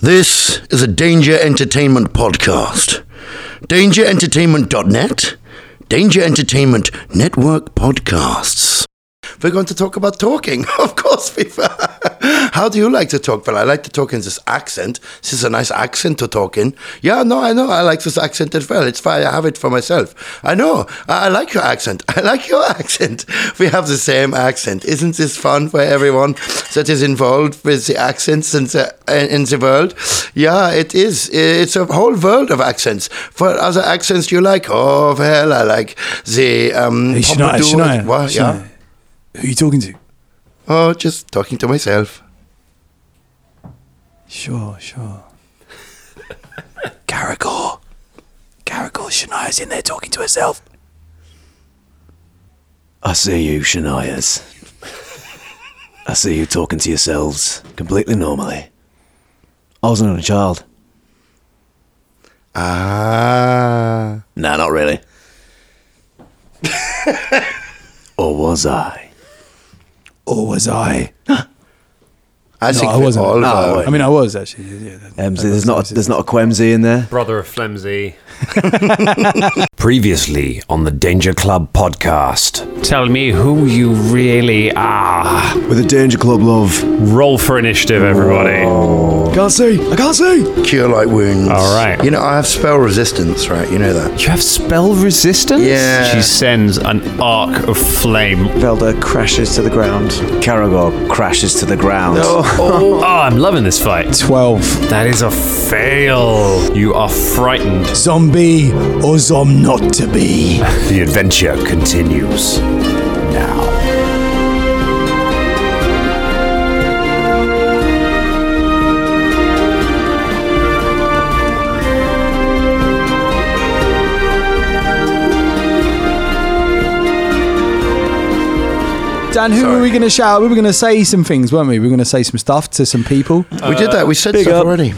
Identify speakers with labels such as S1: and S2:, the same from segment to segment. S1: This is a Danger Entertainment podcast. DangerEntertainment.net, Danger Entertainment Network podcasts. We're going to talk about talking, of course. We've, how do you like to talk? Well, I like to talk in this accent. This is a nice accent to talk in. Yeah, no, I know. I like this accent as well. It's fine. I have it for myself. I know. I, I like your accent. I like your accent. We have the same accent. Isn't this fun for everyone that is involved with the accents in the, in the world? Yeah, it is. It's a whole world of accents. For other accents you like, oh, well, I like the. Um,
S2: Hey, Shania,
S1: Pompadour.
S2: Shania,
S1: Well, yeah.
S2: Shania, Who are you talking to?
S1: Oh, just talking to myself.
S2: Sure, sure. Caragor. Caragor, Shania's in there talking to herself.
S3: I see you, Shanias. I see you talking to yourselves completely normally. I was an only child.
S1: Ah.
S3: Nah, not really. or was I?
S2: Or was I?
S1: I
S2: No,
S1: think
S2: I
S1: we
S2: wasn't.
S1: all
S2: No,
S1: were.
S3: Right.
S2: I mean, I was actually. Yeah, yeah, that-
S3: Um,
S2: that
S3: there's
S2: was
S3: not a,
S2: obviously-
S3: there's not a Quemsy in there.
S4: Brother of Flimsy.
S5: Previously on the Danger Club podcast. Tell me who you really are.
S3: With a danger club, love.
S4: Roll for initiative, everybody.
S3: Can't see. I can't see.
S1: Cure light wounds.
S4: All right.
S1: You know, I have spell resistance, right? You know that.
S5: You have spell resistance?
S1: Yeah.
S4: She sends an arc of flame.
S6: Velda crashes to the ground.
S3: Caragor crashes to the ground.
S4: Oh, I'm loving this fight.
S2: 12.
S4: That is a fail. You are frightened.
S2: Zombie or zom not to be.
S5: The adventure continues now.
S2: Dan, who
S1: Sorry.
S2: were we going to shout? We were going to say some things, weren't we? We were going to say some stuff to some people.
S1: we did that. We said
S3: big
S1: stuff
S3: up.
S1: already.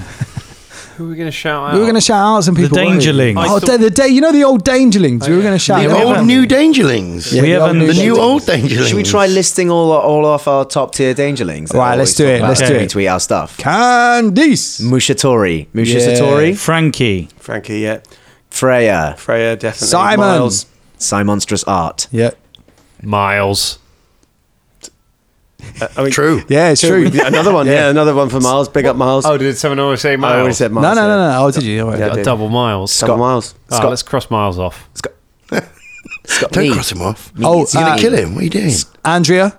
S4: Who are we going to shout out?
S2: we were going to shout out some people. weren't we?
S7: Dangerlings. I
S2: Oh,
S4: thought-
S2: the day, you know the old Dangerlings. We were going to shout
S1: The
S2: them
S1: old
S2: out.
S1: new dangerlings.
S2: Yeah,
S7: We
S2: the old
S7: haven't-
S2: new
S1: The new
S2: Dangerlings.
S1: old dangerlings.
S6: Should we try listing all all off our top tier dangerlings? that
S2: Right, let's
S6: we always
S2: do
S6: talk
S2: it,
S6: about
S2: let's
S6: when
S2: do
S6: we
S2: it.
S6: Tweet our stuff.
S2: Candice.
S6: Mushatori,
S2: Yeah.
S6: Mushatori,
S7: Frankie.
S8: Frankie, yeah.
S6: Freya,
S8: Freya, definitely.
S2: Simon.
S8: Miles.
S6: Simonstrous Art.
S2: Yeah.
S4: Miles.
S8: Uh, I mean,
S1: True.
S2: Yeah, it's true.
S8: Yeah, another one. Yeah.
S2: Yeah.
S8: another one for Miles. Big up Miles.
S4: Oh, did someone always say Miles?
S8: I already said
S2: No,
S8: Miles.
S2: no, no,
S8: yeah.
S2: no. no. Oh, did you? All right.
S8: Yeah, I
S4: Uh,
S8: did.
S4: double Miles.
S8: Double Miles.
S4: Oh, let's cross Miles off.
S6: Scott
S1: Don't
S6: Mead.
S1: cross him off.
S2: Oh,
S1: You're
S2: uh,
S1: gonna kill him. What are you doing?
S2: Andrea.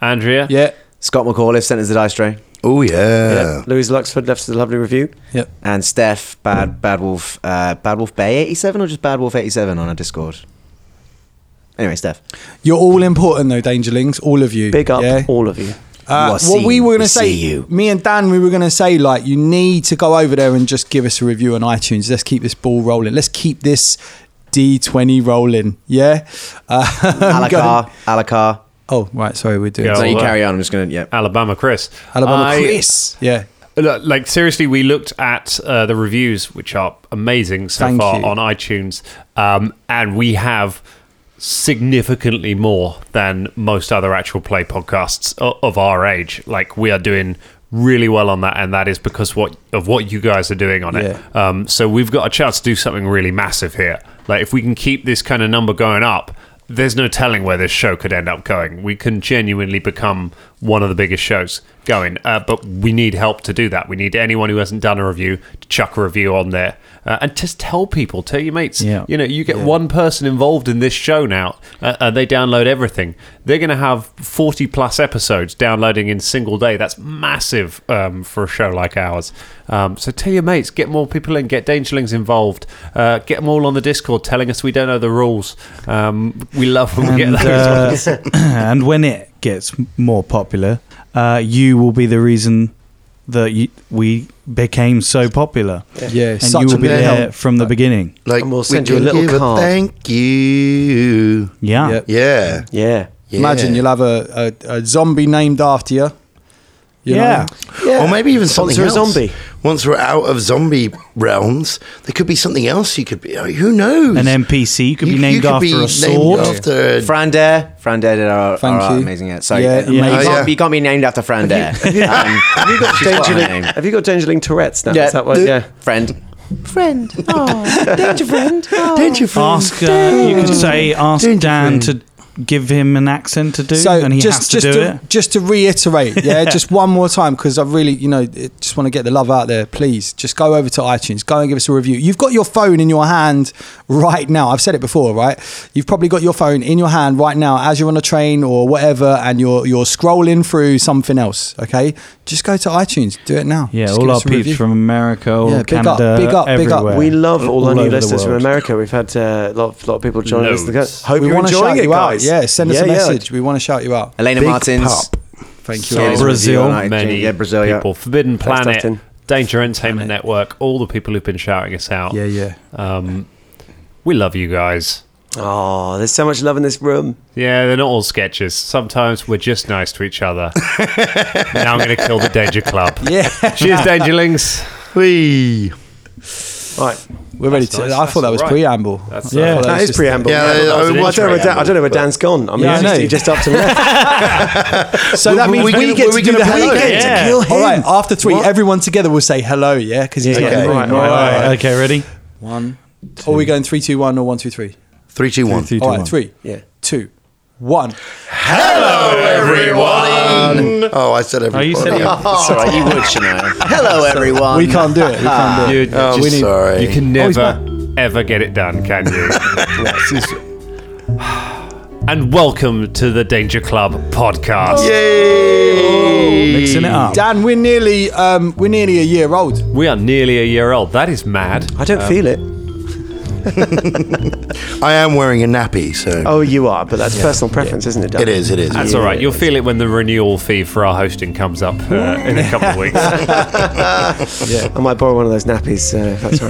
S4: Andrea.
S2: Yeah.
S6: Scott McAuliffe sent us the dice tray.
S1: Oh yeah.
S8: Yeah. Louise Luxford left us a lovely review.
S2: Yep.
S6: And Steph, Bad Bad Wolf, uh, Bad Wolf Bay 87 or just Bad Wolf 87 on our Discord? Anyway, Steph.
S2: You're all important though, Dangerlings. All of you.
S8: Big up
S2: Yeah.
S8: all of you.
S2: Uh,
S6: You are
S2: what we
S6: seen.
S2: were
S6: We
S2: going to say,
S6: see you.
S2: me and Dan, we were going to say, like, you need to go over there and just give us a review on iTunes. Let's keep this ball rolling. Let's keep this D20 rolling. Yeah. Uh, go-
S6: Alakar, Alakar.
S2: Oh, right. Sorry, we're doing.
S4: Yeah.
S6: So
S2: something.
S6: you
S4: well,
S6: carry on. I'm just going to, yeah.
S4: Alabama Chris.
S2: Alabama
S4: Uh, I-
S2: Chris. Yeah.
S4: Look, like seriously, we looked at uh, the reviews, which are amazing so
S2: Thank
S4: far
S2: you.
S4: on iTunes, um, and we have significantly more than most other actual play podcasts o- of our age. Like we are doing really well on that, and that is because what of what you guys are doing on it.
S2: Yeah.
S4: Um, so we've got a chance to do something really massive here. Like if we can keep this kind of number going up. There's no telling where this show could end up going. We can genuinely become one of the biggest shows going, uh, but we need help to do that. We need anyone who hasn't done a review to chuck a review on there uh, and just tell people, tell your mates.
S2: Yeah.
S4: You know, you get one person involved in this show now, uh, and they download everything. They're going to have 40 plus episodes downloading in single day. That's massive um, for a show like ours. Um, so tell your mates, get more people in, get Dangerlings involved, uh, get them all on the Discord telling us we don't know the rules. Um, we love when we get
S7: And,
S4: those.
S7: uh, and when it gets more popular, uh, you will be the reason that you, we became so popular.
S2: Yeah.
S7: And
S2: such
S7: you will
S2: a
S7: be
S2: big help.
S7: there from the beginning.
S1: Like
S8: And we'll
S1: we
S8: send you a
S1: can
S8: little
S1: give
S8: card.
S1: Thank you.
S7: Yeah.
S2: Yep.
S1: Yeah.
S8: Yeah.
S1: yeah.
S2: Imagine you'll have a, a, a zombie named after you. You
S7: yeah.
S2: Know?
S1: Or maybe even something
S8: Sponsor a
S1: else.
S8: zombie.
S1: Once we're out of zombie realms, there could be something else you could be. I mean, who knows?
S7: An NPC could
S1: You-
S7: be
S1: you
S7: named
S1: could
S7: after
S1: be
S7: a
S1: named
S7: sword.
S1: after a-
S6: Fran Dare. Fran Dare did our,
S2: Thank
S6: our
S2: you.
S6: amazing. Yeah, sorry,
S2: Yeah,
S6: yeah,
S2: yeah.
S6: You,
S1: Oh,
S6: can't,
S1: yeah.
S6: you can't be named after Fran Dare. um, she's got her
S8: Dangerling,
S6: name.
S8: have you got Dangerling Tourette's now?
S6: Yeah,
S8: Is that what?
S6: the-
S8: Yeah.
S6: friend.
S9: Friend. Oh, danger friend. Oh.
S1: Danger friend.
S7: Ask. Uh, you could say ask
S1: Danger
S7: Dan
S1: friend.
S7: to give him an accent to do,
S2: So
S7: and he
S2: just
S7: has to
S2: just
S7: do
S2: to,
S7: it.
S2: just to reiterate, yeah, just one more time because I really, you know, it- just want to get the love out there. Please, just go over to iTunes, go and give us a review. You've got your phone in your hand right now. I've said it before, right? You've probably got your phone in your hand right now as you're on a train or whatever, and you're you're scrolling through something else. Okay, just go to iTunes, do it now.
S7: Yeah,
S2: Just give
S7: all our
S2: us a review.
S7: peeps from America, all
S2: Yeah, big up,
S7: Canada,
S2: big up, big up.
S7: everywhere.
S8: We love all, our
S7: All
S8: new
S7: over the
S8: listeners from
S7: world.
S8: America. We've had uh, a lot, of, lot of people joining us.
S4: Loads.
S8: Hope
S2: we
S8: you're
S2: want to
S8: enjoying
S2: shout
S8: it,
S2: you
S8: guys.
S2: out. Yeah, send us
S8: Yeah,
S2: a
S8: yeah.
S2: message. We want to shout you out.
S6: Elena Martins.
S1: pop.
S2: Thank you.
S6: Yeah,
S2: Elena.
S6: it's
S7: Brazil.
S6: Brazil.
S4: many
S6: Yeah, Brazil. Yeah.
S4: people. Forbidden Planet,
S8: Dustin.
S4: Danger Entertainment Network, all the people who've been shouting us out.
S2: Yeah, yeah.
S4: Um, we love you guys.
S8: Oh, there's so much love in this room.
S4: Yeah, they're not all sketches. Sometimes we're just nice to each other. now I'm going to kill the Danger Club.
S2: Yeah,
S4: Cheers, Dangerlings.
S1: Whee.
S8: Right.
S2: we're ready
S4: That's
S2: to.
S4: nice.
S2: I thought
S4: That's
S2: that was
S4: all right.
S2: preamble.
S4: That's,
S2: I
S7: Yeah.
S2: thought
S8: That
S2: was
S8: is
S2: just-
S8: preamble.
S1: Yeah,
S4: that was
S1: I-
S4: an
S1: I-
S8: I don't, know where Dan, I don't know where Dan's gone. I mean,
S2: Yeah, I
S8: he's just,
S2: know.
S8: he just up to left.
S2: So that
S1: we-
S2: means
S1: we
S2: we,
S1: can-
S2: get
S1: we
S2: to
S1: can
S2: do the
S1: have
S2: hello.
S1: a weekend to
S2: yeah.
S1: kill
S2: All right, after three,
S1: What?
S2: everyone together will say hello. Yeah, because he's not in
S1: Okay.
S2: the room.
S1: Right,
S2: All
S7: Right, Okay, ready?
S2: One. Or are we going three, two, one, or one, two, three?
S1: Three, two, one.
S7: Three, two,
S2: All right,
S7: one.
S2: three,
S8: Yeah.
S2: two, one.
S1: Hello, everyone. Oh, I said
S7: Oh,
S1: everybody.
S7: you said it.
S6: Sorry, you would, Shania. Hello, everyone.
S2: We can't do it. We can't do it.
S1: Oh,
S2: we need-
S1: sorry. Oh,
S4: You can never, ever get it done, can you? and welcome to the Danger Club podcast.
S1: Yay.
S7: Mixing it up.
S2: Dan, we're nearly um, we're nearly a year old.
S4: We are nearly a year old. That is mad.
S8: I don't feel it.
S1: I am wearing a nappy, so
S8: Oh, you are, but that's personal preference, isn't it, Dan?
S1: it is. It is.
S4: That's all right. You'll feel it when the renewal fee for our hosting comes up uh, in a couple of weeks.
S8: I might borrow one of those nappies. Uh, if that's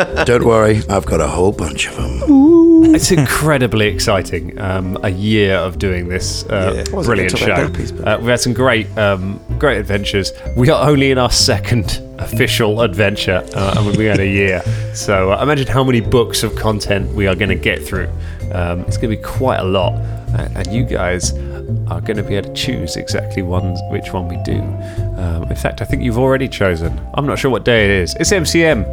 S8: all right.
S1: Don't worry. I've got a whole bunch of them.
S4: it's incredibly exciting. Um, a year of doing this uh,
S8: I wasn't
S4: brilliant
S8: gonna talk
S4: show.
S8: about burpees, but-
S4: Uh, we've had some great, um, great adventures. We are only in our second official adventure, uh, and we've been going a year. So uh, imagine how many books of content we are going to get through. Um, it's going to be quite a lot, and, and you guys are going to be able to choose exactly one, which one we do. Um, in fact, I think you've already chosen. I'm not sure what day it is. It's MCM.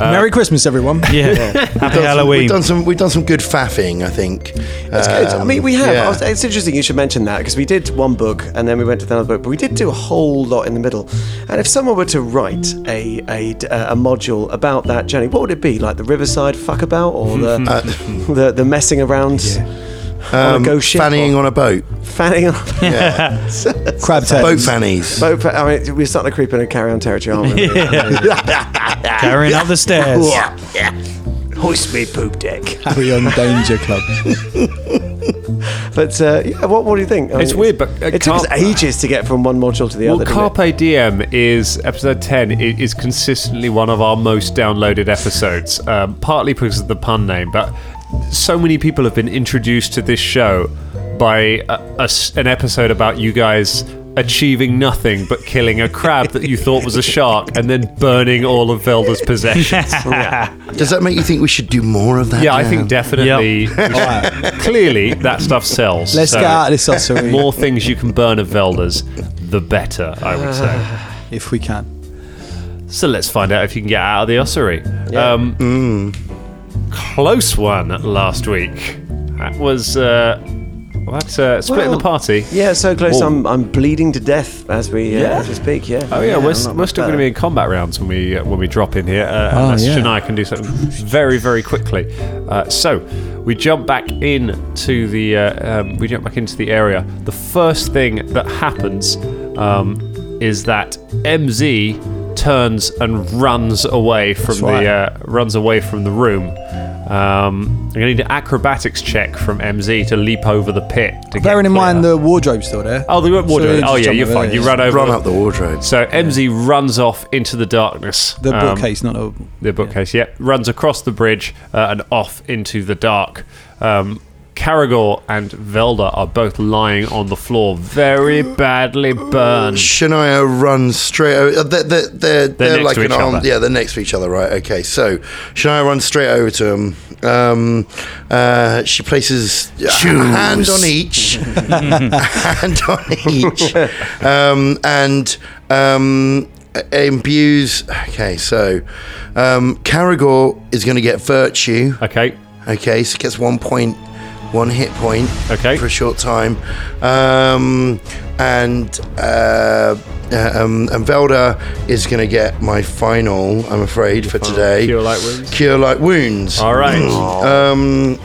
S4: Uh,
S2: Merry Christmas, everyone.
S7: Yeah. Happy
S1: done some-
S7: Halloween.
S1: We've done some. We've done some good faffing, I think. Um, That's
S8: Good. I mean, we have. I was- it's interesting you should mention that because we did one book and then we went to another book, but we did do a whole lot in the middle. And if someone were to write a a, uh, a module about that journey, what would it be? Like the Riverside fuckabout or the the, the messing around on a ghost ship,
S1: fannying
S8: or
S1: on a boat.
S8: fanning on.
S2: Crab
S1: Boat
S2: tails.
S1: fannies.
S8: Boat, fa- I mean, we're starting to creep in a carry on territory, aren't we?
S7: Carrying up the stairs.
S8: Hoist me, poop deck.
S2: Carry on, Danger Club.
S8: But uh, yeah, what, what do you think? I
S4: It's weird, but, uh,
S8: it took us
S4: Carp-
S8: ages to get from one module to the
S4: Well,
S8: other. didn't it?
S4: Carpe Diem is episode 10 i- is consistently one of our most downloaded episodes, um, partly because of the pun name, but so many people have been introduced to this show by a, a s- an episode about you guys achieving nothing but killing a crab that you thought was a shark and then burning all of Velda's possessions.
S1: Does that make you think we should do more of that?
S4: Yeah, I
S1: Dan?
S4: think definitely. Clearly, that stuff sells.
S2: Let's
S4: so
S2: get out of this ossery
S4: More things you can burn of Velda's, the better, I would say.
S2: if we can.
S4: So let's find out if you can get out of the ossuary. Um, Close one last week. That was uh, well, that's uh, splitting
S8: Well,
S4: the party.
S8: Yeah, so close.
S4: Whoa.
S8: I'm, I'm bleeding to death as we uh, as we speak. Yeah.
S4: Oh yeah, we're,
S8: I'm
S4: s-
S8: not
S4: we're still
S8: bad.
S4: going to be in combat rounds when we uh, when we drop in here. Uh, unless
S2: Oh, yeah.
S4: Shania can do something very very quickly. Uh, so we jump back in to the uh, um, we jump back into the area. The first thing that happens um, is that MZ turns and runs away from the
S2: right.
S4: uh, runs away from the room. Um, I'm going to need an acrobatics check from MZ to leap over the pit. To get
S2: Bearing in
S4: clear.
S2: mind the wardrobe's still there.
S4: oh the wardrobe.
S2: So
S4: oh
S2: just
S4: yeah,
S2: jump
S4: you're
S2: over
S4: fine.
S2: there.
S4: You run over
S1: run up the wardrobe.
S4: so MZ runs off into the darkness.
S2: The
S4: um,
S2: bookcase, not a.
S4: The bookcase, yeah. Runs across the bridge uh, and off into the dark. Um, Caragor and Velda are both lying on the floor, very badly burned.
S1: Shania runs straight over. They're, they're, they're,
S4: next
S1: like
S4: to
S1: an
S4: each
S1: arm.
S4: other.
S1: Yeah, they're next to each other, right? Okay, so Shania runs straight over to him. Um, uh, she places a hand on each. a hand on each. Um, and um, imbues. Okay, so um, Caragor is going to get virtue.
S4: Okay,
S1: Okay, so gets one point, one hit point.
S4: Okay.
S1: For a short time, um, and uh, uh, um, and Velda is going to get my final. I'm afraid for today.
S4: Cure Light Wounds.
S1: Cure light wounds.
S4: all right.
S1: Um,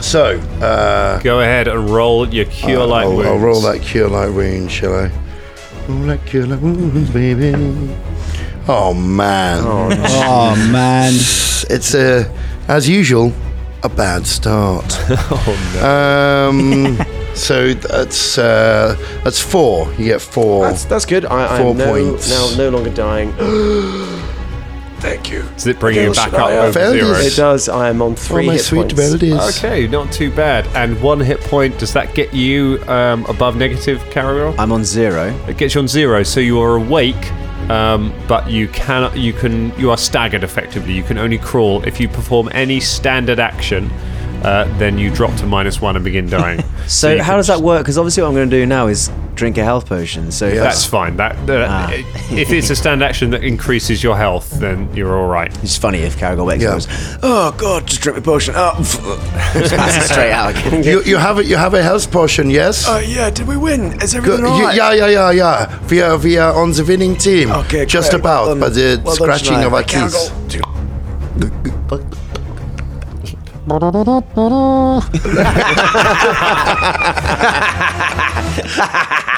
S1: so uh,
S4: Go ahead and roll your cure light
S1: I'll,
S4: wounds.
S1: I'll roll that cure light wound, shall I? Roll that cure light wounds, baby. Oh man.
S2: Oh man.
S1: it's a, as usual, a bad start. oh no. Um, so that's uh, that's four. You get four.
S8: That's, that's good. I, I
S1: Four
S8: am no,
S1: points.
S8: now no longer dying. Thank you.
S4: Does it bring you
S8: Kill
S4: back
S8: Shania.
S4: up over
S1: Velda's-
S4: zero?
S1: It
S8: It does. I am on
S1: oh
S8: three
S1: my
S8: hit
S1: sweet
S8: points.
S1: melodies.
S4: Okay, not too bad. And one hit point. Does that get you um, above negative, Caragor?
S6: I'm on zero.
S4: It gets you on zero, so you are awake, um, but you cannot. You can. You are staggered effectively. You can only crawl. If you perform any standard action, uh, then you drop to minus one and begin dying.
S6: So,
S4: you
S6: how
S4: can
S6: does that
S4: just-
S6: work? Because obviously, what I'm going to do now is drink a health potion. So, if
S4: That's
S6: that's
S4: fine. That uh,
S6: Ah.
S4: if it's a standard action that increases your health, then you're all right.
S6: it's funny if Caragol wakes
S1: Yeah.
S6: up. and goes, Oh God, just drink my potion. Oh, just pass it straight out again.
S1: You, you have a, you have a health potion, yes?
S6: yeah, did we win? Is
S1: Good.
S6: everything
S1: You- yeah, yeah, yeah, yeah. We are we are on the winning team.
S6: Okay,
S1: just
S6: great.
S1: about.
S6: Well
S1: but the
S6: done. Well done,
S1: scratching
S6: Shania.
S1: of our
S6: I can't
S1: keys.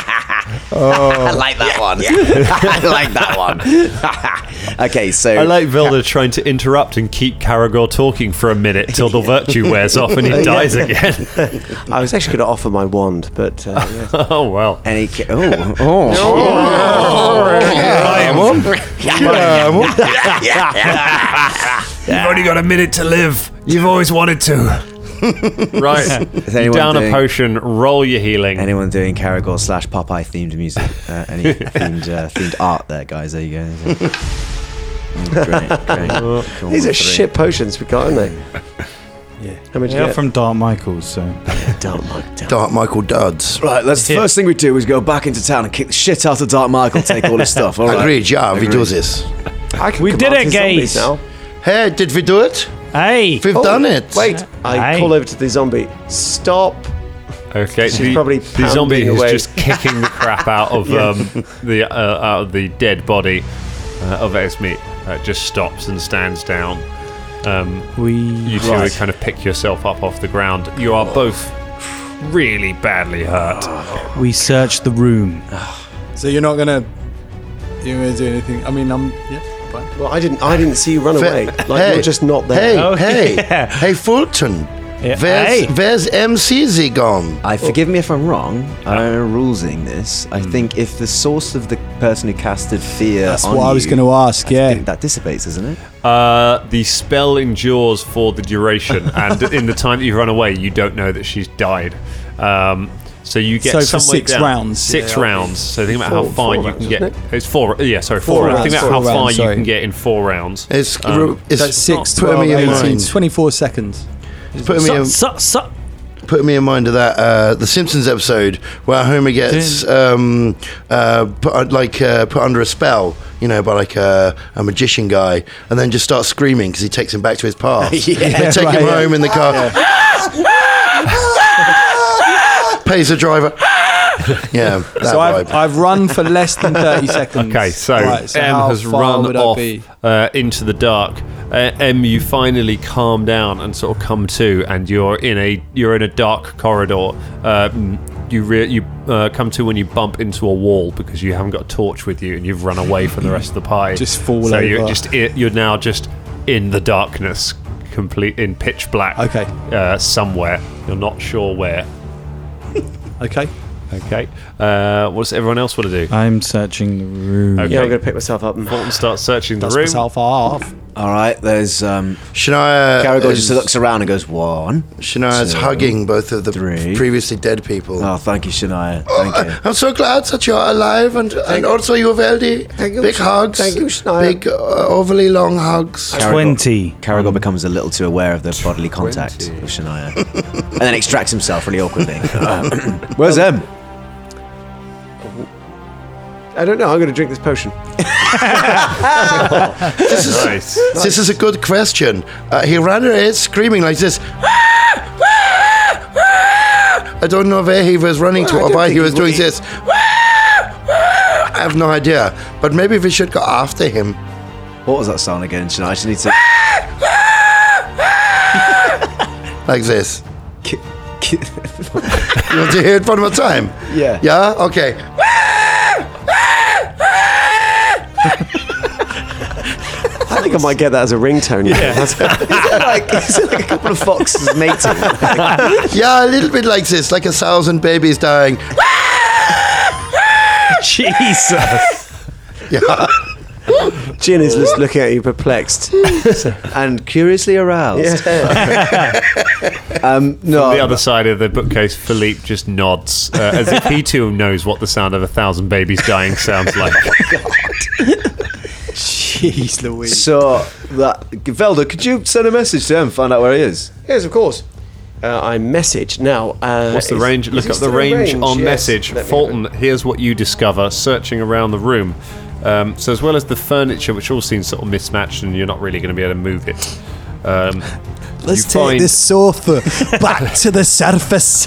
S6: I like that one. I like that one. okay, so
S4: I like Vilda trying to interrupt and keep Caragor talking for a minute till the virtue wears off and he dies again.
S8: I was actually going to offer my wand, but uh, yeah.
S4: oh well.
S6: any. Ca- oh, oh,
S4: You've only got a minute to live. You've always wanted to. right. You
S6: anyone
S4: down a
S6: doing-
S4: potion, roll your healing.
S6: anyone doing Caragol slash Popeye themed music? Uh, any themed uh, themed art there, guys? There you go. Mm, great, great. Cool,
S8: these are
S6: three.
S8: shit potions we got, aren't they?
S7: Yeah.
S8: How much?
S7: They're
S8: Yeah,
S7: from Dark Michaels, so.
S6: Dark Michael. Dark.
S1: Dark Michael Duds.
S6: Right, that's the first thing we do is go back into town and kick the shit out of Dark Michael, take all his stuff. All right.
S1: Agreed. Yeah, we do this.
S8: I can
S7: We
S8: come
S7: did
S8: after
S7: it, guys.
S8: zombies Now.
S1: Hey, did we do it?
S7: Hey!
S1: We've done it.
S8: Oh, Wait, I
S7: Aye.
S8: call over to the zombie. Stop.
S4: Okay, the,
S8: probably
S4: the zombie
S8: pounding
S4: is
S8: away.
S4: just kicking the crap out of um, the uh, out of the dead body uh, of Esme. Uh, just stops and stands down. Um,
S7: We.
S4: you two
S7: Right.
S4: kind of pick yourself up off the ground. You are both really badly hurt.
S7: We searched the room.
S2: So you're not gonna you're gonna do anything. I mean I'm yeah, fine.
S8: Well, I didn't. I didn't see you run away. Like you're just not there.
S1: Hey,
S7: Oh,
S1: hey,
S7: yeah.
S1: hey, Fulton. Where's,
S7: Yeah, hey.
S1: where's MCZ gone?
S6: I forgive me if I'm wrong. I don't know rulesing this. I think if the source of the person who casted fear
S2: That's
S6: on
S2: what I was
S6: you-
S2: gonna ask, yeah.
S6: I think that dissipates, isn't it?
S4: Uh, the spell endures for the duration, and in the time that you run away, you don't know that she's died. Um, so you get
S2: So for
S4: somewhere
S2: six
S4: down-
S2: rounds.
S4: Six rounds. So think about how
S8: Four-
S4: far
S8: four
S4: you
S8: rounds,
S4: can get.
S8: isn't
S4: It's four. Yeah, sorry, four,
S2: Four
S4: rounds.
S2: rounds,
S4: Think about
S2: four
S4: how far
S2: rounds,
S4: you
S2: sorry.
S4: can get in four rounds.
S1: It's
S4: Um,
S1: ru- it's
S2: That's six,
S1: putting
S2: 12,
S1: me in
S2: 18,
S1: mind.
S2: 24 seconds.
S1: It's putting me in,
S7: Sup, sup.
S1: putting me in mind of that uh, the Simpsons episode where Homer gets um, uh, put un- like uh, put under a spell, you know, by like a, a magician guy, and then just starts screaming because he takes him back to his past. yeah, they take
S2: right,
S1: him
S2: yeah.
S1: home in the car. Pays the driver. yeah, that
S2: So I've,
S1: vibe.
S2: I've run for less than 30 seconds.
S4: Okay, so,
S2: Right,
S4: M
S2: how
S4: has
S2: far
S4: run
S2: would I
S4: off
S2: be?
S4: uh, into the dark. Uh, M, you finally calm down and sort of come to, and you're in a you're in a dark corridor. Um, you re- you uh, come to when you bump into a wall because you haven't got a torch with you, and you've run away from the rest of the pie.
S2: Just fall
S4: so You're
S2: over.
S4: just i- you're now just in the darkness, complete in pitch black.
S2: Okay.
S4: uh, somewhere you're not sure where.
S2: Okay.
S4: Okay, uh, what's everyone else
S2: Uh,
S4: want to do?
S7: I'm searching the room.
S4: Okay,
S8: Yeah, I'm gonna pick myself up. And
S4: Bolton starts searching the
S2: Dust
S4: room.
S2: myself off.
S6: All right, there's um,
S1: Shania.
S6: Caragor
S1: is-
S6: just looks around and goes one.
S1: Shania's
S6: two,
S1: hugging both of the
S6: three.
S1: previously dead people.
S6: Oh, thank you, Shania. Thank you.
S1: I'm so glad that you're alive and, and also you, Veldi.
S8: Thank you,
S1: Big
S8: Sh-
S1: hugs.
S8: thank you, Shania.
S1: Big, uh, overly long hugs.
S6: Caragor-
S7: 20.
S6: Caragor becomes a little too aware of the bodily contact of Shania, and then extracts himself really awkwardly. Um, Where's Em?
S8: I don't know. I'm going to drink this potion.
S1: This is,
S4: Nice.
S1: this is a good question. Uh, he ran away screaming like this. I don't know where he was running to
S8: Well, I
S1: or
S8: don't
S1: why he
S8: think he
S1: was doing
S8: would-
S1: this. I have no idea. But maybe we should go after him.
S6: What was that sound again, Shania? I just need to.
S1: Like this. You want to hear it one more time?
S6: Yeah.
S1: Yeah? Okay.
S8: I think I might get that as a ringtone. Yeah.
S6: like, is it like a couple of foxes mating?
S1: Yeah, a little bit like this, like a thousand babies dying.
S7: Jesus.
S1: Yeah.
S8: Jin is just looking at you perplexed.
S6: and curiously aroused. um, no,
S4: On the other side of the bookcase, Philippe just nods uh, as if he too knows what the sound of a thousand babies dying sounds like.
S2: Jeez Louise.
S6: So that Velda, could you send a message to him, and find out where he is?
S8: Yes, of course. Uh, I message now. Uh,
S4: What's the
S8: is-
S4: range?
S8: is
S4: Look
S8: he
S4: up the
S8: still in
S4: range,
S8: range?
S4: on
S8: Yes.
S4: message.
S8: Let me have a-
S4: Fulton, here's what you discover searching around the room. Um, so, as well as the furniture, which all seems sort of mismatched and you're not really going to be able to move it. Um,
S2: Let's
S4: you
S2: take
S4: find-
S2: this sofa back to the surface.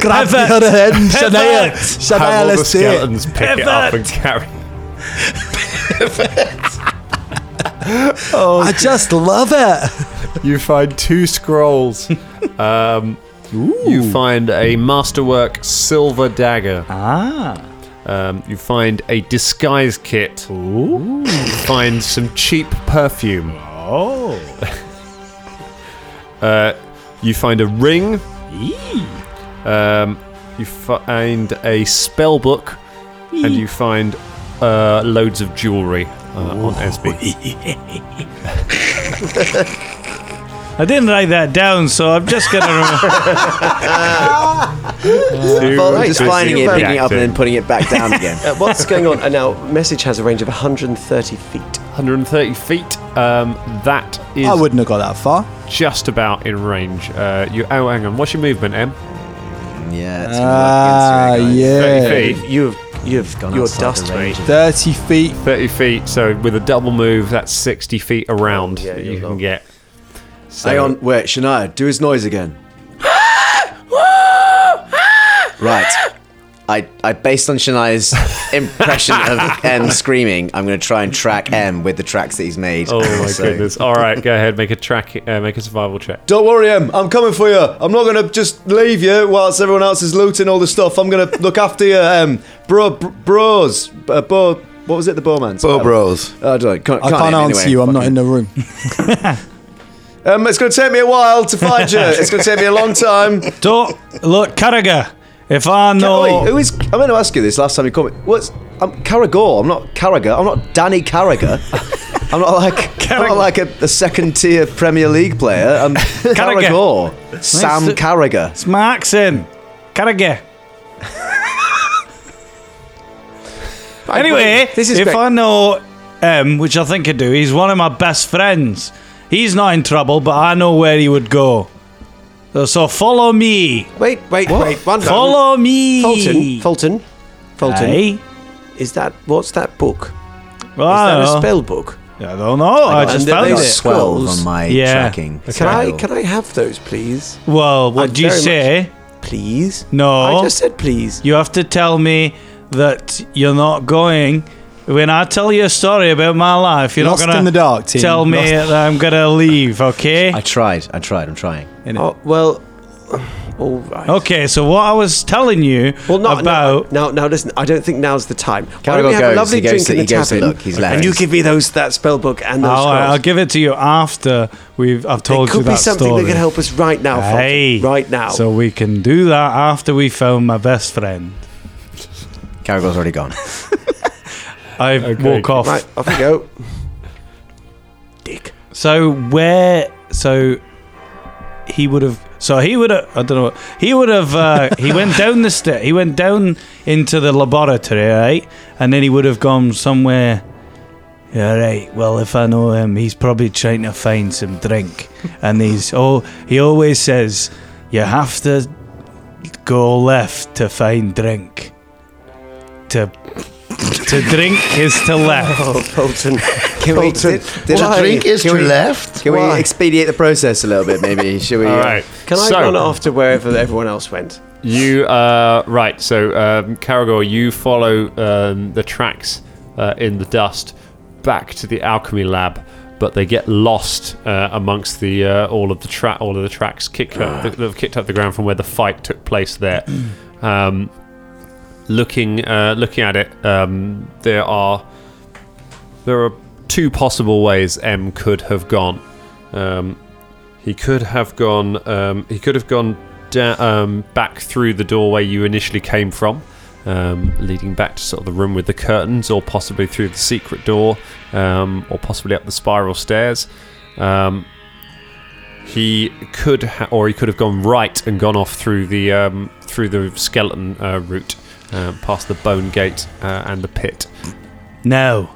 S2: Grab your head, Shania.
S4: have
S2: Shania,
S4: all the
S2: let's do it.
S4: skeletons pick it up and carry.
S2: I just love it.
S4: You find two scrolls. um, you find a masterwork silver dagger.
S7: ah.
S4: Um, you find a disguise kit. You find some cheap perfume.
S7: Oh.
S4: Uh, you find a ring. Um, you find a spell book, and you find uh, loads of jewelry uh, on Esby.
S7: I didn't write that down, so I'm just going to remember.
S6: Well, just
S4: Busy
S6: finding it, picking it up, and then
S4: reacting.
S6: putting it back down again.
S8: Uh, what's going on? Uh, now, message has a range of 130 feet.
S4: 130 feet. Um, that is
S2: I wouldn't have got that far.
S4: just about in range. Uh, you. Oh, hang on. What's your movement, Em?
S6: yeah. It's
S2: Ah, yeah.
S4: 30
S8: You,
S4: feet.
S8: you've, you've
S6: Gone
S8: your
S6: outside
S8: dust
S6: the range.
S8: range.
S2: 30 feet.
S4: 30 feet. So with a double move, that's 60 feet around
S8: yeah,
S4: that
S8: you're
S4: you can
S8: long.
S4: get.
S6: Hang
S4: So-
S6: on, wait, Shania, do his noise again. right. I, I based on Shania's impression of M screaming, I'm going to try and track M with the tracks that he's made.
S4: Oh my
S6: So-
S4: goodness! All right, go ahead. Make a track. Uh, make a survival check.
S6: Don't worry, Em. I'm coming for you. I'm not gonna just leave you whilst everyone else is looting all the stuff. I'm gonna look after you, Em. Bro, br- bros, uh, bo. What was it? The bowman's.
S1: Bo bros.
S6: I don't. Can't,
S2: I can't
S6: name it
S2: answer
S6: anyway.
S2: you. I'm not
S6: Fucking-
S2: in the room.
S6: Um, it's gonna take me a while to find you. it's gonna take me a long time.
S7: Don't look, Carragher. If I know.
S6: Wait, who is? I meant to ask you this last time you called me. What's? I'm Carragor. I'm not Carragher. I'm not Danny Carragher. I'm not like I'm not
S7: Carragher.
S6: like a, a second tier Premier League player. I'm Carragor. Sam
S7: Nice.
S6: Carragher.
S7: It's my accent. Carragher. anyway,
S8: This is
S7: if
S8: great.
S7: I know M, which I think I do, he's one of my best friends. He's not in trouble, but I know where he would go. So follow me.
S8: Wait, wait, wait. One moment.
S7: Follow me.
S8: Fulton, Fulton, Fulton.
S7: Aye.
S8: Is that what's that book?
S7: Well,
S8: Is
S7: I,
S8: that
S7: don't
S8: a
S4: Oh.
S7: know.
S8: spell book?
S7: I don't know. I, just
S8: and
S6: Oh,
S7: found
S8: those
S7: it.
S8: twelve on
S6: my
S7: Yeah. tracking
S8: Can I can I have those, please?
S7: Well, what
S8: I'd
S7: do you
S8: very much-
S7: say?
S8: Please.
S7: No.
S8: I just said please.
S7: You have to tell me that you're not going. When I tell you a story about my life, you're
S2: Lost
S7: not gonna
S2: in the dark, Tim.
S7: tell me
S2: Lost-
S7: that I'm gonna leave. Okay.
S6: I tried. I tried. I'm trying.
S8: Oh, well, all right.
S7: Okay. So what I was telling you
S8: Well, not
S7: about.
S8: now. Now, listen. I don't think now's the time. Why
S6: Carragher
S8: don't we have
S6: goes,
S8: a lovely
S6: he goes
S8: drink
S6: to-
S8: in the
S6: he goes to
S8: tavern,
S6: look, he's left.
S8: and you give me those that spell book and those.
S7: I'll, Oh, I'll
S8: scrolls.
S7: give it to you after we've. I've told
S8: It
S7: you
S8: could
S7: that
S8: be something
S7: story.
S8: that could help us right now, Fulton.
S7: Aye.
S8: Right now.
S7: So we can do that after we found my best friend.
S6: Carragor's already gone.
S7: I walk off.
S8: Right, off we go. Dick.
S7: So where? So he would have. So he would have. I don't know. What, he would have. Uh, he went down the stair. He went down into the laboratory, right? And then he would have gone somewhere. Yeah, right. Well, if I know him, he's probably trying to find some drink. And he's oh, he always says you have to go left to find drink. To to drink is to left.
S8: Oh, Bolton.
S6: Can we,
S8: Bolton.
S6: did, did
S8: Why?
S1: To drink is
S6: can
S1: to
S6: we-
S1: left.
S6: Can we
S8: Why?
S6: expedite the process a little bit, maybe? Should we?
S4: All right.
S8: Can I
S4: so,
S8: run after wherever everyone else went?
S4: You uh, right. So um, Caragor, you follow um, the tracks uh, in the dust back to the alchemy lab, but they get lost uh, amongst the uh, all of the tra- all of the tracks kicked up, that have kicked up the ground from where the fight took place. There, um, looking uh, looking at it, um, there are there are two possible ways M could have gone. Um, he could have gone. Um, he could have gone da- um, back through the doorway you initially came from, um, leading back to sort of the room with the curtains, or possibly through the secret door, um, or possibly up the spiral stairs. Um, he could, ha- or he could have gone right and gone off through the um, through the skeleton uh, route, uh, past the bone gate uh, and the pit.
S7: No.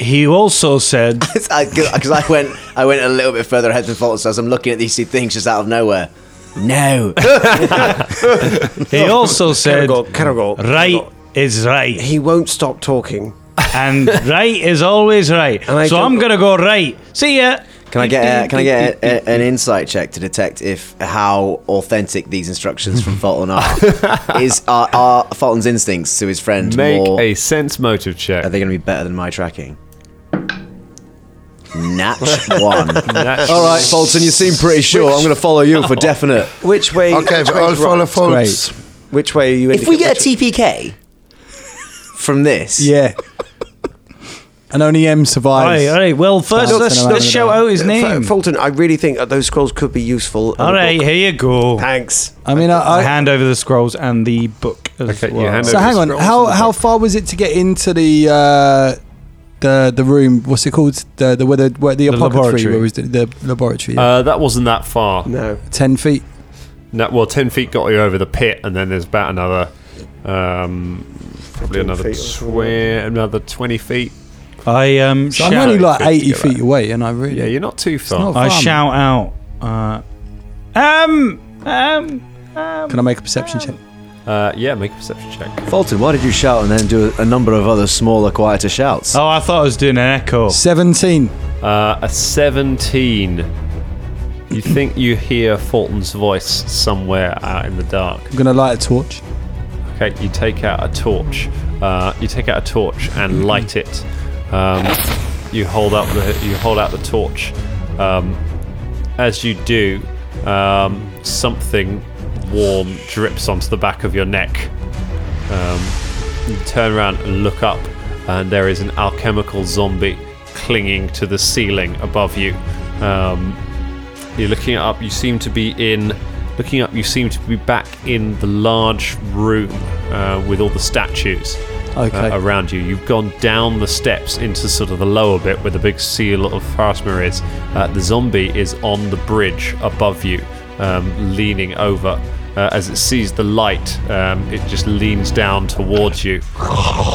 S7: He also said,
S6: Because I, went, I went a little bit further ahead than Fulton, as I'm looking at these two things just out of nowhere. No,
S7: he also said,
S8: Caragol, Caragol.
S7: right
S8: Caragol.
S7: is right.
S8: He won't stop talking.
S7: And right is always right.
S8: And I
S7: so
S8: don't-
S7: I'm going to go right. See ya.
S6: can I get uh, a, can I get a, a, an insight check to detect if how authentic these instructions from Fulton are? Is are, are Fulton's instincts to his friend
S4: Make
S6: more?
S4: a sense motive check.
S6: Are they going to be better than my tracking? Natch one.
S4: All
S6: right, Fulton, you seem pretty sure. I'm going to follow you for definite.
S8: Which way?
S1: Okay,
S8: which way
S1: I'll
S8: is
S1: follow
S8: right?
S1: folks.
S8: Which way are you?
S6: If we get a
S8: indicating?
S6: TPK from this,
S2: Yeah. and only M
S7: All right,
S2: survives.
S7: all right. Well, first,
S2: Bouncing
S7: let's,
S2: around
S7: let's
S2: a
S7: shout
S2: bit.
S7: out his
S8: F-
S7: name.
S8: Uh, Fulton, I really think that those scrolls could be useful. in
S7: All
S8: the
S7: right,
S8: book.
S7: here you go.
S8: Thanks.
S2: I mean, I,
S7: I
S2: I,
S7: hand over the scrolls and the book as
S4: Okay, you
S7: well.
S4: hand
S2: so
S4: over
S2: hang
S4: the
S2: on.
S4: scrolls
S2: How
S4: and the
S2: how
S4: book.
S2: far was it to get into the uh, the the room? What's it called? The the where the, where the, apothecary?
S7: laboratory.
S2: Where was the, the laboratory? yeah.
S4: Uh, that wasn't that far.
S8: No.
S2: Ten feet.
S4: No, well, ten feet got you over the pit, and then there's about another, um, probably
S8: 15
S4: another
S8: feet or something
S4: twenty, another twenty feet.
S7: I um,
S2: So I'm
S7: shout-
S2: only like
S4: Good to
S2: eighty
S4: get
S2: feet
S4: that.
S2: away, and I really
S4: Yeah, you're not too far.
S2: not-
S7: I
S2: farm.
S7: shout out. Uh, um, um,
S2: can I make a perception check?
S4: Uh, yeah, make a perception check.
S6: Fulton, why did you shout and then do a, a number of other smaller, quieter shouts?
S7: oh, I thought I was doing an echo.
S2: Seventeen.
S4: Uh, a seventeen. You think you hear Fulton's voice somewhere out in the dark.
S2: I'm gonna light a torch.
S4: Okay, you take out a torch. Uh, you take out a torch and light it. Um, you hold up the you hold out the torch. Um, as you do, um, something warm drips onto the back of your neck. Um, you turn around and look up, and there is an alchemical zombie clinging to the ceiling above you. Um, you're looking up. You seem to be in. Looking up, you seem to be back in the large room uh, with all the statues uh,
S2: Okay.
S4: around you. You've gone down the steps into sort of the lower bit where the big seal of Farsmer is. Uh, the zombie is on the bridge above you, um, leaning over. Uh, as it sees the light, um, it just leans down towards you.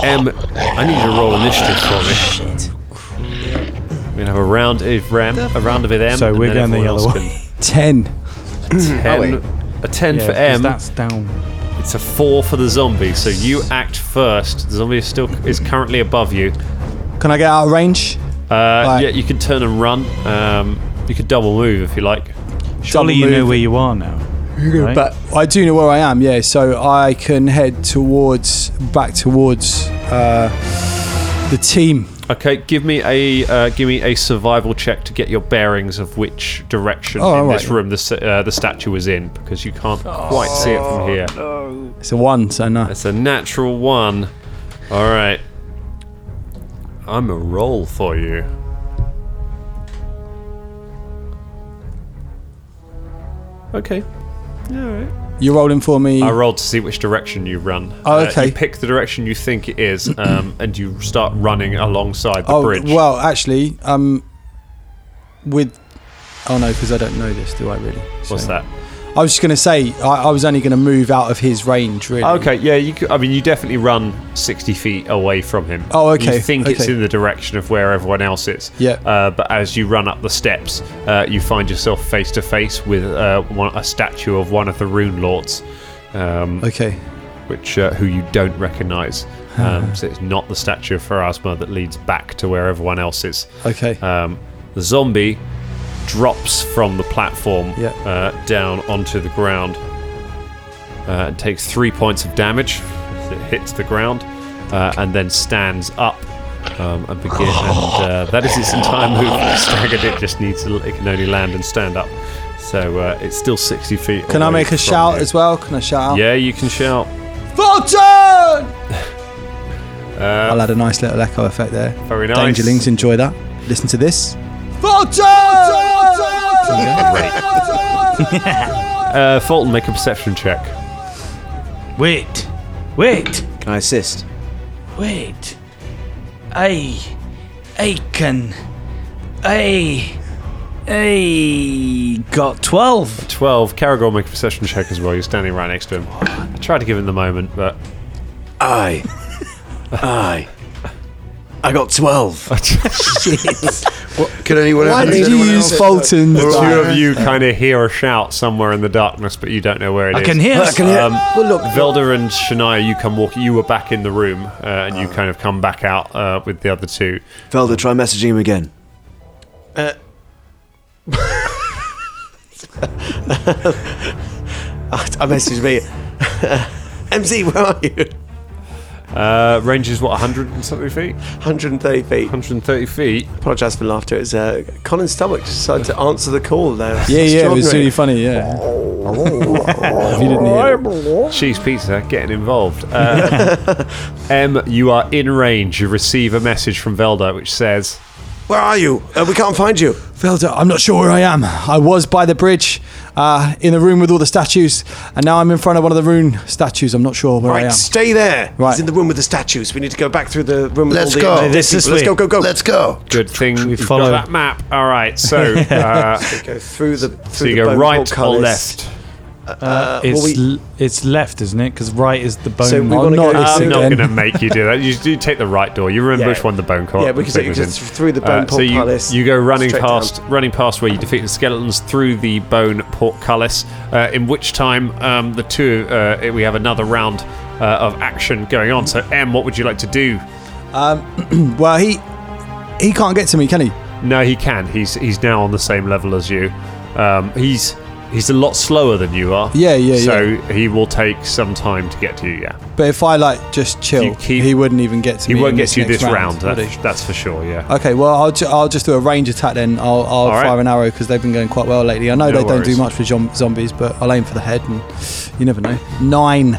S4: Em, I need you to roll initiative for me. We're gonna have a round of Rem, a round of it M.
S7: So
S4: and
S7: we're
S4: then
S7: going the
S4: everyone
S7: yellow
S4: else
S7: way.
S4: can-
S2: Ten.
S4: Ten, a 10
S7: Yeah,
S4: for
S7: 'cause
S4: M.
S7: That's down.
S4: It's a 4 for the zombie. So you act first. The zombie is still is currently above you.
S2: Can I get out of range?
S4: Uh,
S2: Right.
S4: Yeah, you can turn and run. Um, you could double move if you like.
S7: Surely
S2: Double
S7: you know
S2: move.
S7: where you are now. right?
S2: But I do know where I am, yeah. So I can head towards, back towards uh, the team.
S4: Okay, give me a uh, give me a survival check to get your bearings of which direction
S2: Oh,
S4: in
S2: alright.
S4: this room the s- uh, the statue is in because you can't quite see it from here.
S2: It's a one, so no.
S4: That's a natural one. All right. I'm a roll for you. Okay. Yeah, all right.
S2: You're rolling for me.
S4: I rolled to see which direction you run.
S2: Oh,
S4: Uh,
S2: okay.
S4: you pick the direction you think it is, um, and you start running alongside the
S2: oh,
S4: bridge.
S2: well, actually, um, with. Oh no, because I don't know this, do I really?
S4: What's
S2: So-
S4: that?
S2: I was just going to say, I, I was only going to move out of his range, really.
S4: Okay, yeah, you. Could, I mean, you definitely run sixty feet away from him.
S2: Oh, okay,
S4: You think it's
S2: okay.
S4: in the direction of where everyone else is.
S2: Yeah.
S4: Uh, but as you run up the steps, uh, you find yourself face to face with uh, one, a statue of one of the rune lords, um,
S2: Okay.
S4: which uh, who you don't recognise. Um, so it's not the statue of Pharasma that leads back to where everyone else is.
S2: Okay.
S4: Um, the zombie drops from the platform
S2: Yeah.
S4: uh, down onto the ground uh, and takes three points of damage as it hits the ground uh, and then stands up um, and begin. And uh, that is its entire movement. Staggered, it just needs to, it can only land and stand up. So uh, it's still 60 feet.
S2: Can I make a shout as well? Can I shout out?
S4: Yeah, you can shout.
S2: Fulton! I'll add a nice little echo effect there.
S4: Uh, Very nice.
S2: Dangerlings, enjoy that. Listen to this. Fulton!
S4: Uh, Fulton, make a perception check.
S7: Wait. Wait.
S6: Can I assist?
S7: Wait. I. I can. I. I got 12.
S4: 12. Caragor, make a perception check as well. You're standing right next to him. I tried to give him the moment, but
S6: I. I. I got 12.
S1: Can anyone
S2: Why
S1: else-
S2: did you
S1: anyone
S2: use
S1: else?
S2: Fulton?
S4: The two of you kind of hear a shout somewhere in the darkness, but you don't know where it is.
S7: I can hear.
S4: Um, Velda and Shania, you come walk. You were back in the room, uh, and
S7: Oh.
S4: you kind of come back out uh, with the other two.
S6: Felder, try messaging him again.
S8: Uh, I messaged me. MZ, where are you?
S4: Uh, range is what 100 and something feet,
S8: 130 feet.
S4: 130 feet.
S8: Apologise for laughter. It's uh, Colin's stomach just decided to answer the call there.
S2: Yeah, yeah, it was really funny, yeah. If you didn't hear it.
S4: Cheese pizza, getting involved. Uh, M, you are in range. You receive a message from Velda which says,
S8: Where are you? Uh, we can't find you.
S2: Velda, I'm not sure where I am. I was by the bridge, uh, in a room with all the statues, and now I'm in front of one of the rune statues. I'm not sure where I am.
S8: Right, stay there.
S2: Right.
S8: He's in the room with the statues. We need to go back through the room. With
S1: Let's
S8: all the
S1: go.
S8: other
S1: This
S8: people.
S7: is
S8: Let's
S7: sweet.
S8: go, go, go.
S1: Let's go.
S4: "Good thing we've
S7: follow.
S4: got that map." All right, so uh,
S8: go through the. Through
S4: so you
S8: the
S4: go
S8: bone
S4: right or
S8: portcullis.
S4: left.
S7: it's,
S8: well,
S7: l- it's left, isn't it? Because right is the bone.
S8: So we
S2: I'm
S8: want to
S2: not
S8: go. through
S4: I'm
S2: listening.
S8: the-
S4: Um, not
S2: Then-
S4: going to make you do that. You do take the right door. You remember
S8: Yeah.
S4: which one the bone court.
S8: Yeah, we can say
S4: was in. Uh,
S8: it's through the bone
S4: so you,
S8: portcullis,
S4: you go running
S8: straight
S4: past, running past where you defeat the skeletons through the bone portcullis. Uh, in which time, um, the two uh, we have another round uh, of action going on. So, M, what would you like to do?
S2: Well, he he can't get to me, can he?
S4: No, he can. He's he's now on the same level as you. Um, he's he's a lot slower than you are.
S2: Yeah, yeah,
S4: So he will take some time to get to you. Yeah,
S2: But if I like just chill,
S4: You keep-
S2: he wouldn't even get to
S4: he
S2: me.
S4: won't
S2: in
S4: get to you
S2: next
S4: this round.
S2: would
S4: that's,
S2: he?
S4: that's for sure. Yeah.
S2: Okay, well, I'll, ju- I'll just do a range attack then. I'll, I'll
S4: right.
S2: fire an arrow because they've been going quite well lately. I know
S4: No
S2: they don't
S4: worries.
S2: do much for zom- zombies, but I'll aim for the head and you never know. Nine.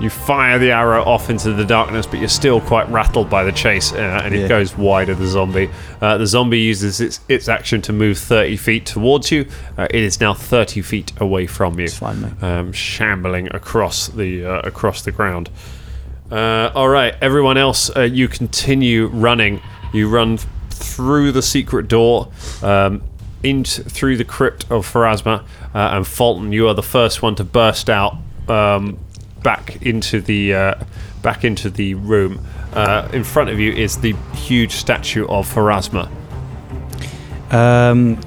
S4: You fire the arrow off into the darkness, but you're still quite rattled by the chase, uh, and it
S2: Yeah.
S4: goes wide of the zombie. Uh, the zombie uses its, its action to move 30 feet towards you. Uh, it is now 30 feet away from you,
S2: fine, mate.
S4: um, shambling across the uh, across the ground. Uh, all right, everyone else, uh, you continue running. You run th- through the secret door, um, into through the crypt of Pharasma, uh, and Fulton, you are the first one to burst out um, back into the uh, back into the room. Uh, in front of you is the huge statue of Pharasma.
S7: Um,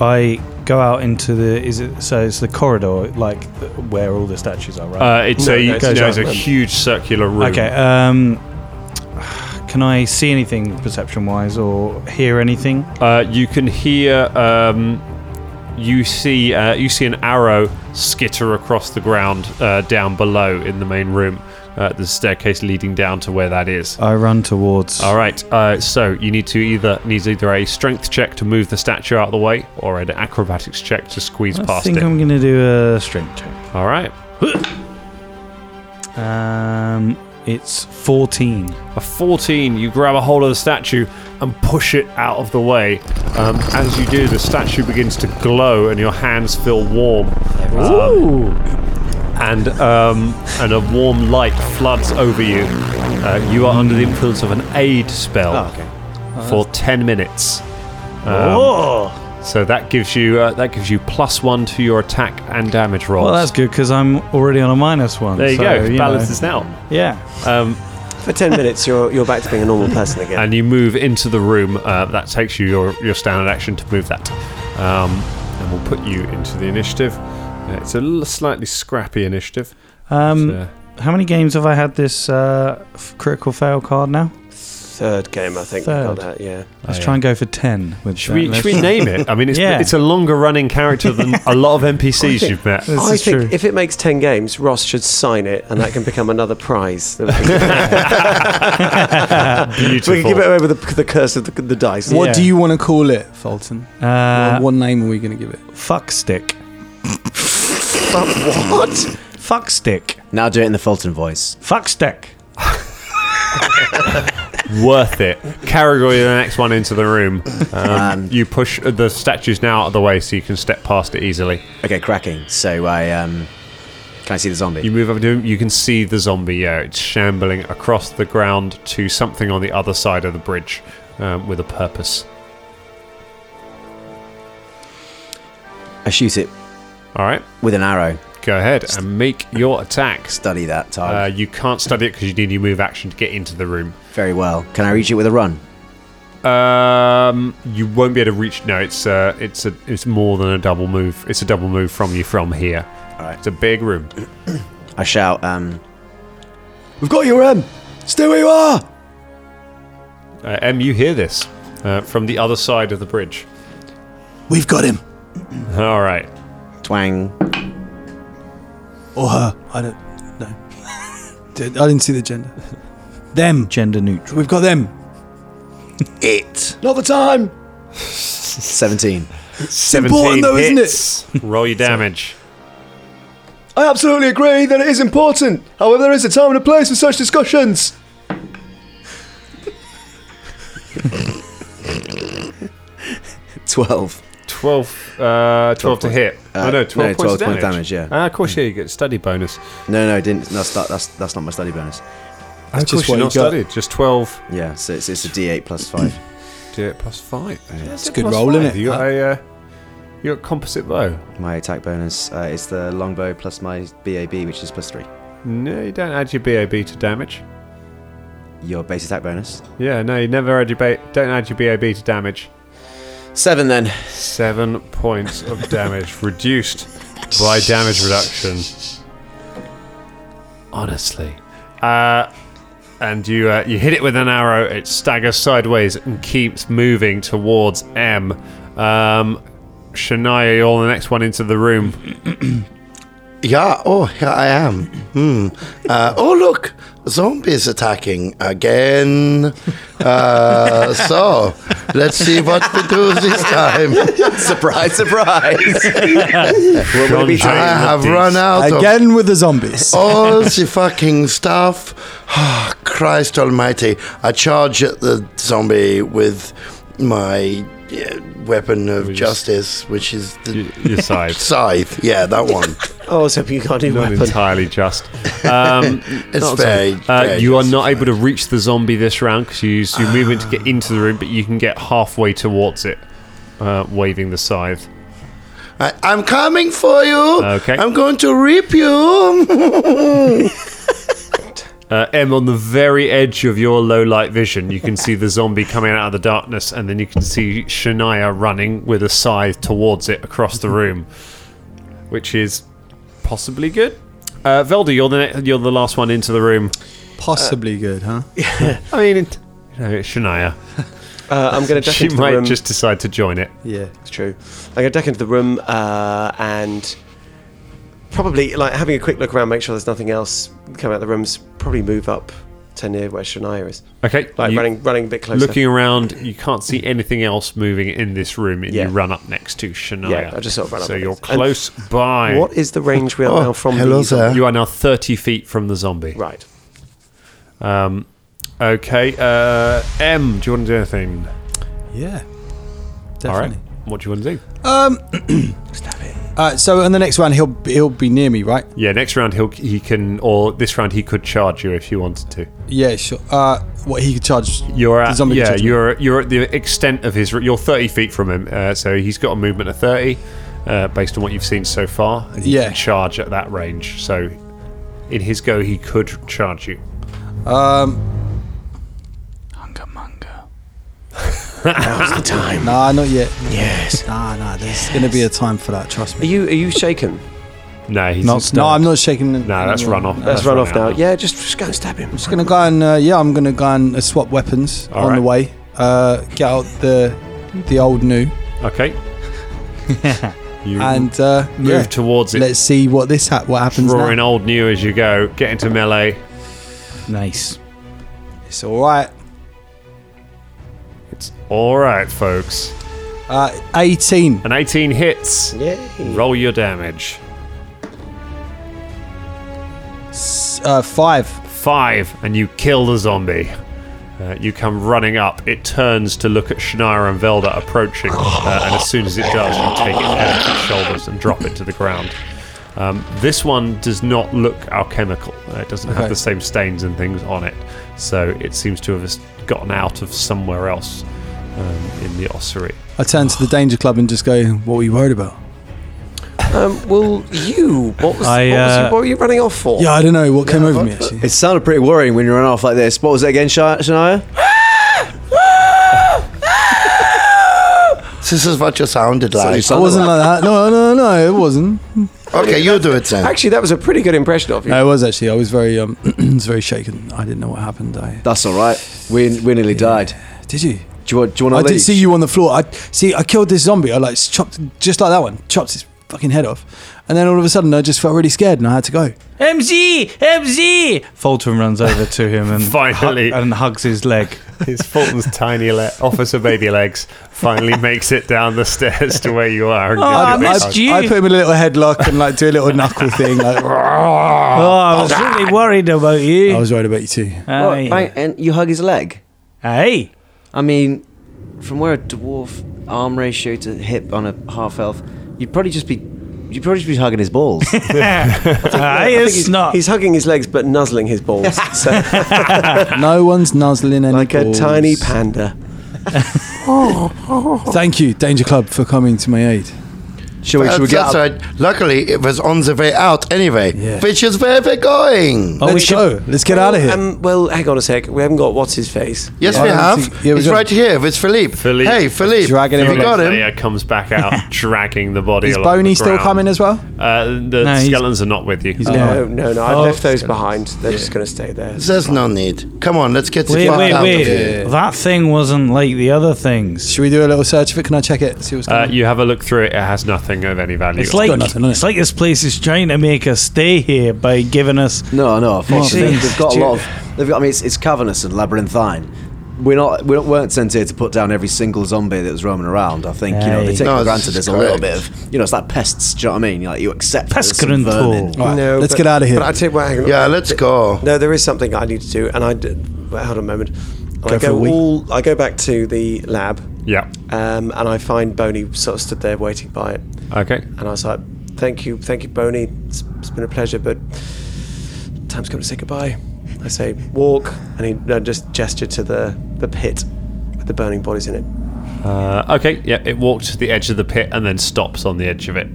S7: I go out into the. Is it so? It's the corridor, like where all the statues are,
S4: Uh,
S7: right?
S4: it's a
S7: no, it goes
S4: no, it's a
S7: up.
S4: huge circular room.
S7: okay. Um, can I see anything perception-wise, or hear anything?
S4: Uh, you can hear. Um, you see. Uh, you see an arrow skitter across the ground uh, down below in the main room. Uh, the staircase leading down to where that is.
S7: I run towards.
S4: All right. Uh, so you need to either needs either a strength check to move the statue out of the way, or an acrobatics check to squeeze
S7: I
S4: past
S7: think
S4: it.
S7: I'm gonna do a strength check.
S4: All right.
S7: Um, it's 14.
S4: A 14, you grab a hold of the statue and push it out of the way. Um, as you do, the statue begins to glow and your hands feel warm. Um, and um, and a warm light floods over you. Uh, you are under the influence of an aid spell
S7: Ah,
S4: for ten minutes.
S7: oh,
S4: So that gives you uh, that gives you plus one to your attack and damage rolls.
S7: well, that's good because I'm already on a minus one.
S4: there you
S7: so,
S4: go. Balance
S7: know.
S4: is now.
S7: Yeah.
S4: Um,
S8: For 10 minutes, you're, you're back to being a normal person again.
S4: and you move into the room. Uh, that takes you your, your standard action to move that. Um, and we'll put you into the initiative. Uh, it's a l- slightly scrappy initiative. uh,
S7: Um,
S4: so-
S7: How many games have I had this uh, f- critical fail card now?
S4: Oh,
S8: Third game, I think. we
S7: Third.
S8: Got that, yeah.
S7: Let's
S4: yeah.
S7: try and go for ten. With
S4: should,
S7: that.
S4: we,
S7: Let's-
S4: should we name it? I mean, it's,
S7: Yeah.
S4: it's a longer running character than a lot of NPCs you've met.
S7: This
S8: I
S7: is
S8: think
S7: true.
S8: if it makes 10 games, Ross should sign it and that can become another prize. that we can-
S4: Beautiful.
S8: we can give it away with the, the curse of the, the dice.
S2: What
S7: Yeah.
S2: do you want to call it, Fulton?
S7: Uh,
S2: what, what name are we going to give it?
S7: fuck stick.
S8: What?
S7: Fuck stick.
S6: Now do it in the Fulton voice.
S7: Fuck stick.
S4: Worth it. Caragor, you're the next one into the room. Um, you push the statues now out of the way so you can step past it easily.
S6: Okay, cracking. So I um, can I see the zombie?
S4: You move up to him, you can see the zombie, yeah. It's shambling across the ground to something on the other side of the bridge um, with a purpose.
S6: I shoot it
S4: All right,
S6: with an arrow.
S4: go ahead and make your attacks.
S6: Study that
S4: Uh,
S6: target
S4: you can't study it because you need your move action to get into the room.
S8: Uh,
S6: very well. Can I reach it with a run?
S4: Um, you won't be able to reach. No, it's uh, it's a, it's more than a double move. It's a double move from you from here. All
S6: right.
S4: It's a big room.
S6: I shout, um, "We've got you, um!" Em. Stay where you are."
S4: Uh, em, you hear this uh, from the other side of the bridge.
S2: We've got him
S4: All right.
S6: Twang.
S2: or her. I don't know. Did- I didn't see the gender. Them.
S7: Gender neutral.
S2: We've got them.
S6: It.
S3: Not the time.
S6: Seventeen.
S2: important though, isn't it?
S4: isn't it? Roll your damage.
S3: I absolutely agree that it is important. However, there is a time and a place for such discussions.
S6: Twelve.
S4: 12, uh, 12, to hit.
S6: uh,
S4: oh, no, 12,
S6: no, 12
S4: points of
S6: point
S4: damage.
S6: damage, yeah.
S4: Ah, of course, yeah, you get study bonus.
S6: No, no, I didn't. That's not, that's that's not my study bonus.
S4: That's
S2: just what
S4: you're
S2: you
S4: not
S2: got.
S4: studied. Just 12
S6: Yeah, so it's, it's a D8 plus five.
S4: do it plus 5. That's
S2: a good roll, isn't it?
S4: You got a, uh, you got composite bow.
S6: my attack bonus uh, is the longbow plus my BAB, which is plus three.
S4: No, you don't add your BAB to damage.
S6: Your base attack bonus.
S4: Yeah, no, you never add your ba- don't add your BAB to damage.
S6: Seven then.
S4: Seven points of damage reduced by damage reduction. Honestly, uh, and you uh, you hit it with an arrow. It staggers sideways and keeps moving towards M. Um, Shania, you're the next one into the room.
S1: Yeah, oh, here I am. Hmm. Uh, oh, look, zombies attacking again. Uh, so, let's see what we do this time.
S6: surprise, surprise.
S4: John
S6: be
S4: Jay
S1: I have
S4: Matisse.
S1: run out of
S2: Again with the zombies.
S4: Oh, uh,
S1: all the fucking stuff. Ah, Christ almighty. I charge at the zombie with my uh, weapon of
S4: Which is-
S1: justice, which is the
S4: Y- Your side.
S1: scythe. Yeah, that one.
S8: Oh, so you can't do
S4: Not
S8: weapon.
S4: entirely just. Um,
S1: It's
S4: not
S1: very-
S4: zombie. Uh,
S1: very
S4: you are
S1: just.
S4: not able to reach the zombie this round because you use your movement to get into the room, but you can get halfway towards it, uh, waving the scythe.
S1: I, I'm coming for you.
S4: Okay.
S1: I'm going to rip you.
S4: Uh, M, on the very edge of your low light vision, you can see the zombie coming out of the darkness, and then you can see Shania running with a scythe towards it across the room, which is possibly good. Uh, Velda, you're the ne- you're the last one into the room.
S2: Possibly good, huh?
S4: I mean, it, you know, it's Shania.
S8: Uh, I'm going to duck
S4: She
S8: into the
S4: might
S8: room.
S4: just decide to join it.
S2: Yeah.
S8: It's true. I'm going to duck into the room uh, and probably, like, having a quick look around, make sure there's nothing else coming out of the rooms, probably move up to near where Shania is.
S4: Okay,
S8: Like,
S4: you-
S8: running running a bit closer.
S4: looking around, you can't see anything else moving in this room, and
S8: Yeah.
S4: you run up next to Shania.
S8: Yeah, I just sort of ran up
S4: So
S8: next.
S4: you're
S8: And
S4: close by.
S8: What is the range we are
S1: Oh,
S8: now from
S1: hello
S8: the
S1: there.
S4: You are now 30 feet from the zombie.
S8: Right.
S4: Um, okay, uh, M, do you want to do anything?
S2: Yeah.
S4: All
S2: Definitely.
S4: right. What do you want to do?
S2: Um, Uh, so on the next round, he'll he'll be near me, right?
S4: Yeah, next round he'll he can or this round he could charge you if he wanted to.
S2: Yeah, sure. Uh, what he could charge?
S4: You're
S2: the
S4: at
S2: zombie could
S4: yeah,
S2: charge me.
S4: you're you're at the extent of his. You're 30 feet from him, uh, so he's got a movement of 30, uh, based on what you've seen so far. And he
S2: Yeah.
S4: can charge at that range. So, in his go, he could charge you.
S7: Hunga munga.
S2: Nah, not yet. Yes. Nah, nah. There's gonna be a time for that. Trust
S8: Are
S2: me.
S8: you are you shaken?
S2: Uh,
S4: No, he's
S2: Not, no, I'm not shaking.
S4: No, that's run off.
S8: Let's
S4: That's
S8: run off now.
S4: out
S8: Yeah, just, just go and stab him.
S2: I'm just gonna go and uh, yeah, I'm gonna go and uh, swap weapons
S4: All
S2: on
S4: right.
S2: the way. Uh, get out the the old new
S4: Okay. you
S2: and uh,
S4: move
S2: yeah.
S4: towards it,
S2: Let's see what this ha- what happens.
S4: drawing
S2: Now.
S4: old new as you go. Get into melee.
S7: Nice.
S2: It's all right.
S4: It's all right, folks.
S2: Uh, 18.
S4: An 18 hits. Roll your damage.
S2: Uh, five.
S4: Five, and you kill the zombie. Uh, you come running up. It turns to look at Shania and Velda approaching, uh, and as soon as it does, you take its head off its shoulders and drop it to the ground. Um, this one does not look alchemical. Uh, it doesn't have
S2: Okay.
S4: the same stains and things on it, so it seems to have just gotten out of somewhere else um, in the ossuary.
S2: I turn to the danger club and just go, "What were you worried about?"
S8: Um, well, you. What was,
S7: I,
S8: what, was you-
S7: uh,
S8: what were you running off for?
S2: Yeah, I don't know what came over me actually.
S6: It sounded pretty worrying when you run off like this. What was it again, Sha- Shania?
S1: This is what you sounded
S6: what you
S1: like.
S6: sound-
S2: I wasn't like that. No, no, no, it wasn't.
S1: okay, you do it then.
S8: Actually, that was a pretty good impression of you.
S2: No, it was actually. I was very, um, I was very shaken. I didn't know what happened. I
S6: That's all right. We, we nearly died.
S2: did you?
S6: Do you want? Do you
S2: I
S6: want to
S2: did
S6: leave?
S2: see you on the floor. I see. I killed this zombie. I like chopped just like that one. Chopped his fucking head off, and then all of a sudden, I just felt really scared and I had to go.
S7: MZ! MZ! Fulton runs over to him and
S4: Finally. Oh,
S7: hu- and hugs his leg.
S4: His Fulton's tiny le- officer baby legs finally makes it down the stairs to where you are. And
S7: Oh, I
S4: gives you a
S7: missed
S4: hug.
S7: you.
S2: I put him in a little headlock and like do a little knuckle thing. Like,
S7: Oh, I was really worried about
S2: I
S7: you.
S2: was worried about you too.
S6: Well,
S7: Aye.
S6: right, and you hug his leg.
S7: Aye.
S6: I mean, from where a dwarf arm ratio to hip on a half elf, you'd probably just be, you'd probably just be hugging his balls.
S7: Aye,
S8: I think
S7: it's
S8: he's,
S7: not.
S8: He's hugging his legs but nuzzling his balls. So,
S2: No one's nuzzling any
S8: like
S2: balls.
S8: a tiny panda.
S2: Thank you, Danger Club, for coming to my aid.
S6: Shall we? Shall we
S1: That's,
S6: get?
S1: that's
S6: Up?
S1: right. Luckily, it was on the way out anyway,
S2: Yeah.
S1: which is where we're going.
S2: Oh, Let's go. Let's get out of here.
S8: Um, well, hang on a sec. We haven't got what's his face.
S1: Yes,
S2: Yeah.
S1: we
S2: I
S1: have.
S2: haven't seen- yeah, we
S1: He's
S2: got-
S1: right here with Philippe.
S4: Philippe.
S1: Hey, Philippe.
S2: Dragging him
S1: We
S2: along.
S1: got him.
S4: Leia comes back out, dragging the body.
S2: Is
S4: along the
S2: Boney still
S4: ground.
S2: coming as well?
S4: Uh, the
S7: No, he's-
S4: skeletons are not with you. Uh,
S2: Yeah.
S8: No, no, no. I've
S7: Oh.
S8: left those behind. They're just going to stay there.
S1: There's no need. Come on, let's get the
S7: Wait,
S1: fuck
S7: wait,
S1: out
S7: wait.
S1: of here.
S7: That thing wasn't like the other things.
S2: Should we do a little search of it? Can I check it? See what's going
S4: Uh,
S2: on.
S4: you have a look through it. It has nothing of any value.
S7: It's like
S2: got nothing on
S7: it's
S2: it.
S7: like this place is trying to make us stay here by giving us.
S6: No, no. Unfortunately,
S7: Jeez.
S6: they've got a lot of. They've got. I mean, it's, it's cavernous and labyrinthine. We're not. We weren't sent here to put down every single zombie that was roaming around. I think you know they
S7: Aye.
S6: take
S1: No, this
S6: for granted.
S1: is
S6: There's a little bit
S1: correct.
S6: of. You know, it's like pests. Do you know what I mean? Like you accept that there's some vermin.
S7: Pescarental.
S2: All right,
S8: No,
S2: let's
S8: but-
S2: get out of
S8: But I
S2: here.
S8: tell you what, hang on.
S1: Yeah, let's go.
S8: No, there is something I need to do, and I did. Well, hold on a moment. And I
S2: for a
S8: go
S2: wee.
S8: all. I go back to the lab.
S4: yeah.
S8: Um, and I find Boney sort of stood there waiting by it.
S4: Okay.
S8: And I was like, thank you, thank you, Boney. It's, it's been a pleasure, but time's come to say goodbye. I say, walk. And he no, just gestured to the, the pit with the burning bodies in it.
S4: Uh, okay. Yeah. It walked to the edge of the pit and then stops on the edge of it.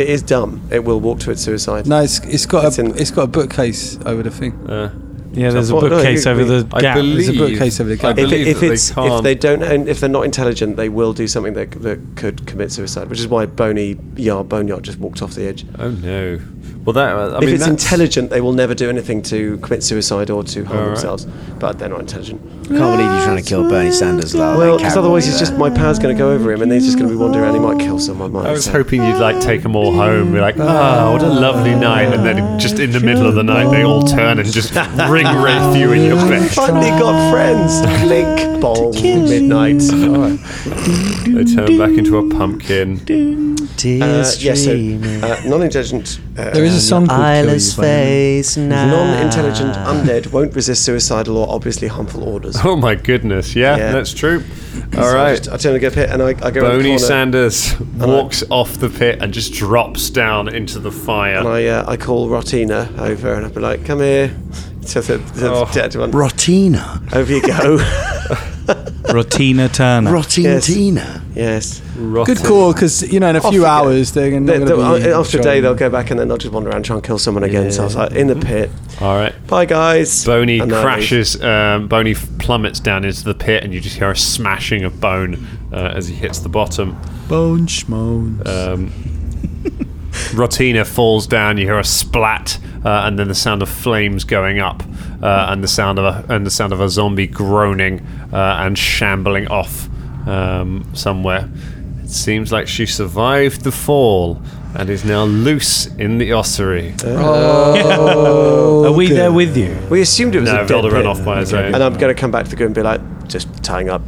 S8: It is dumb. It will walk to its suicide.
S2: No, it's, it's got
S8: It's
S2: a
S8: in-
S2: it's got a bookcase over the thing.
S7: Uh, Yeah, there's a
S8: Well, no,
S7: bookcase
S8: you-
S7: over the
S4: I
S7: gap.
S4: believe-
S2: There's a bookcase over the
S4: I
S2: gap.
S8: If,
S4: believe
S8: if
S4: that
S8: it's
S4: they
S8: if
S4: can't-
S8: they don't and if they're not intelligent, they will do something that, that could commit suicide, which is why Boney Yard Boneyard just walked off the edge.
S4: Oh no. Well, that. I
S8: if
S4: mean,
S8: it's
S4: that's-
S8: intelligent, they will never do anything to commit suicide or to harm
S4: All right.
S8: themselves. But they're not intelligent.
S6: Can't believe you're trying to kill Bernie Sanders, lad.
S8: Well,
S6: That
S8: because
S6: coward
S8: otherwise
S6: over
S8: it's
S6: there.
S8: just my pal's going to go over him, and he's just going to be wandering around. He might kill someone. Might
S4: I was hoping you'd like take them all home. Be like, oh, what a lovely night, and then just in the middle of the night, they all turn and just ring wraith you in your
S8: We
S4: bed.
S8: finally got friends. Clink. Bong. Midnight.
S4: They turn back into a pumpkin.
S8: Uh,
S10: tears
S8: yes, so,
S10: streaming.
S8: uh, non-intelligent. Uh,
S2: There is a song called Kill You
S10: Eyeless
S2: by Eminem.
S10: face now.
S8: Non-intelligent undead won't resist suicidal or obviously harmful orders.
S4: Oh my goodness! Yeah,
S8: Yeah.
S4: that's true.
S8: So
S4: All
S8: I,
S4: right,
S8: just, I turn the pit and I, I go. around the
S4: Boney
S8: corner
S4: Sanders walks off the pit and just drops down into the fire.
S8: And I, uh, I call Rotina over and I'd be like, "Come here." To the, the
S4: Oh.
S8: dead one.
S1: Rotina.
S8: Over you go.
S7: Rotina Turner.
S1: Rotting
S8: Yes.
S1: Tina.
S8: yes.
S2: Good call, because you know in a
S8: Off
S2: few
S8: you go.
S2: hours they're going
S8: They-
S2: to
S8: they'll-
S2: be
S8: after a uh, day, they'll go back and then they'll just wander around and try and kill someone again. So I was like, in the pit.
S4: All right.
S8: Bye, guys.
S4: Boney
S8: And then I leave.
S4: crashes. Um, Boney f- plummets down into the pit, and you just hear a smashing of bone uh, as he hits the bottom.
S2: bone schmoan.
S4: Um, Rotina falls down. You hear a splat, uh, and then the sound of flames going up, uh, and the sound of a, and the sound of a zombie groaning uh, and shambling off um, somewhere. It seems like she survived the fall and is now loose in the ossuary.
S7: Are we there with you?
S8: We assumed it was
S4: no,
S8: a dead
S4: Velda ran
S8: pit.
S4: off by his own.
S8: And I'm going to come back to the group and be like, just tying up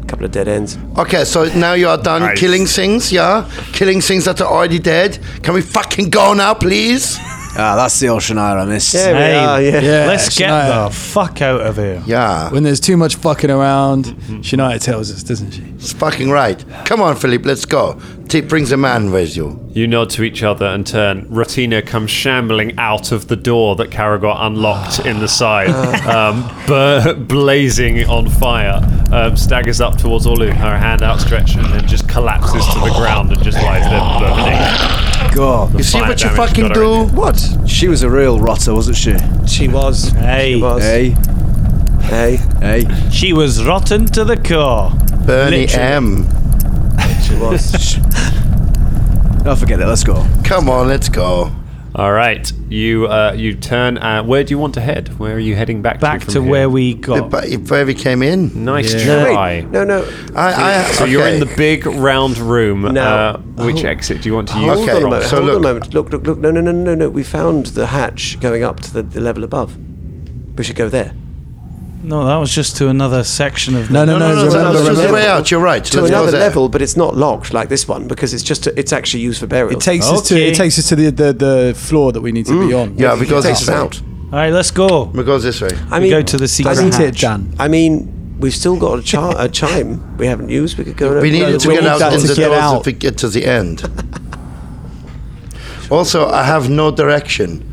S8: a couple of dead ends.
S1: Okay, so now you are done
S4: Nice.
S1: killing things, yeah? Killing things that are already dead. Can we fucking go now, please?
S6: Ah, that's the ocean I missed.
S8: Yeah, we are. Yeah.
S2: Yeah,
S7: Let's get
S2: Shania.
S7: the fuck out of here.
S1: Yeah,
S2: When there's too much fucking around, Shania tells us, doesn't she?
S1: it's fucking right. Come on, Philip, let's go. T- brings a man with you.
S4: You nod to each other and turn. Rotina comes shambling out of the door that Caragor unlocked in the side, um, bur- blazing on fire. Um, staggers up towards Olu, her hand outstretched, and then just collapses to the ground and just lies there burning.
S6: God.
S1: You see
S4: fire
S1: what you
S4: damage
S1: fucking
S4: got her
S1: do?
S4: in
S6: What? She was a real rotter, wasn't she?
S8: She was.
S7: Hey.
S8: She was.
S6: Hey,
S8: Hey.
S6: hey.
S7: She was rotten to the core.
S1: Bernie M.
S8: She was.
S6: Oh, forget it. Let's go.
S1: Come on, let's go.
S4: All right, you uh, you turn. Uh, where do you want to head? Where are you heading back?
S7: Back
S4: to,
S7: to where we got.
S1: But if where we came in,
S4: Nice try.
S8: no, no.
S1: I, I,
S4: So you're in
S1: okay.
S4: the big round room.
S8: Now-
S4: uh,
S7: oh.
S4: which exit do you want to use?
S8: Hold
S1: Okay,
S8: on a moment.
S1: so
S8: hold on
S1: look.
S8: a moment. Look, look, look. No, no, no, no, no. We found the hatch going up to the, the level above. We should go there.
S7: No, that was just to another section of.
S2: No, no, no.
S1: no, no,
S2: remember,
S1: that's just the
S2: remember.
S1: way out. You're right.
S8: To
S1: let's go
S8: another
S1: there.
S8: level, but it's not locked like this one because it's just it's actually used for burial.
S2: It takes us to
S7: Okay.
S2: it takes us to the, the, the floor that we need to be on.
S1: Yeah, we go
S8: takes
S1: this
S8: us
S1: way.
S8: out.
S7: All right, let's go.
S1: We go this way.
S8: I
S7: We
S8: mean,
S7: go to the secret
S8: doesn't
S2: hatch.
S8: it, Jan? I mean, we've still got a, chi- a chime we haven't used. We could go. and
S1: We
S8: open
S1: needed
S8: it.
S1: to
S2: we
S1: get
S2: need
S1: out
S2: that
S1: in
S2: to
S1: the
S2: get
S1: doors
S2: out.
S1: if we get to the end. also, I have no direction.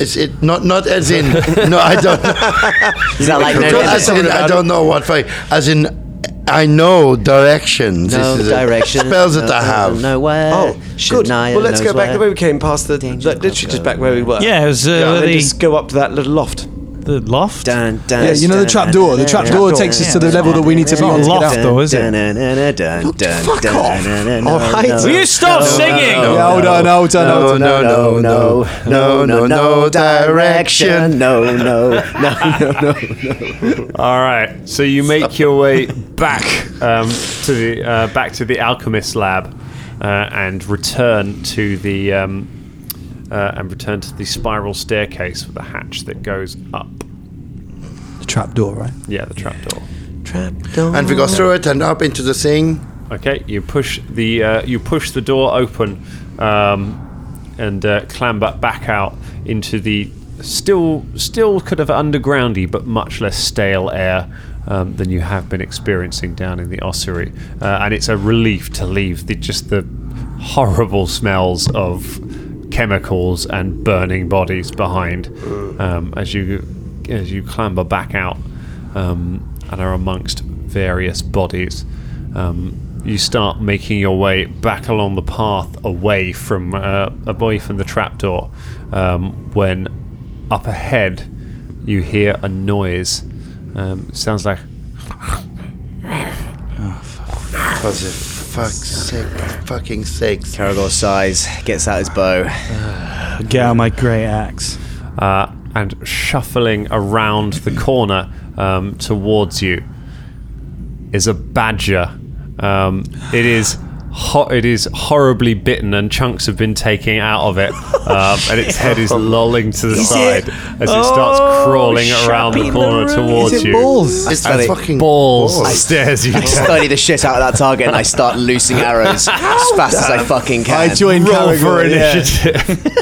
S1: Is it not not as in? no, I don't.
S6: Is that like
S1: not as in, I don't know what way. As in, I know directions.
S10: No
S1: this is it.
S10: direction.
S1: Spells
S10: no,
S1: that I have.
S10: No way.
S8: Oh, good. Well, let's go back the way we came past the,
S10: Danger
S8: like, literally
S10: club
S8: just
S10: go.
S8: back where we were.
S7: Yeah, it was uh,
S8: Yeah, and then
S7: the,
S8: just go up to that little loft.
S7: the loft.
S6: Dun, dun,
S2: Yeah, you know the
S6: dun,
S2: trap
S6: dun,
S2: door. The
S6: dun,
S2: trap
S6: dun,
S2: door
S6: dun,
S2: takes us
S6: dun,
S2: to the
S6: dun,
S2: level that we need to be
S6: dun,
S2: on to
S7: loft,
S2: get
S6: dun,
S2: out.
S7: though, is it?
S6: dun, dun, dun, dun, dun,
S1: fuck
S6: dun,
S1: off.
S6: dun, dun, dun,
S8: All
S6: dun,
S8: right.
S6: dun.
S8: Will
S7: you stop singing?
S2: Yeah, hold on, hold on, hold on.
S1: no, no, no, no, no, no direction.
S6: No, no, no, no, no.
S4: All right. So you make your way back um, to the uh, back to the alchemist lab uh, and return to the um, uh, and return to the spiral staircase with the hatch that goes up.
S2: The trap door, right?
S4: Yeah, the trapdoor.
S1: And we go through it and up into the thing.
S4: Okay, you push the uh, you push the door open um, and uh, clamber back out into the still still kind of undergroundy but much less stale air um, than you have been experiencing down in the ossuary, uh, and it's a relief to leave the, just the horrible smells of chemicals and burning bodies behind um, as you as you clamber back out um, and are amongst various bodies um, you start making your way back along the path away from uh, away from the trapdoor um, when up ahead you hear a noise um, sounds like
S1: For the fuck's sake, fucking sakes.
S6: Caragor sighs, gets out his bow.
S7: Get out my great axe.
S4: uh, and shuffling around the corner um, towards you is a badger. Um, it is ho- it is horribly bitten and chunks have been taken out of it, um, and its head is Oh, lolling to the side as it starts crawling around the corner towards you.
S2: balls.
S1: It's
S6: Sorry.
S1: fucking
S4: Balls, stares you.
S6: I study the shit out of that target and I start loosing arrows as fast as I fucking can.
S3: I joined
S4: Roll for
S3: category, yeah.
S4: initiative.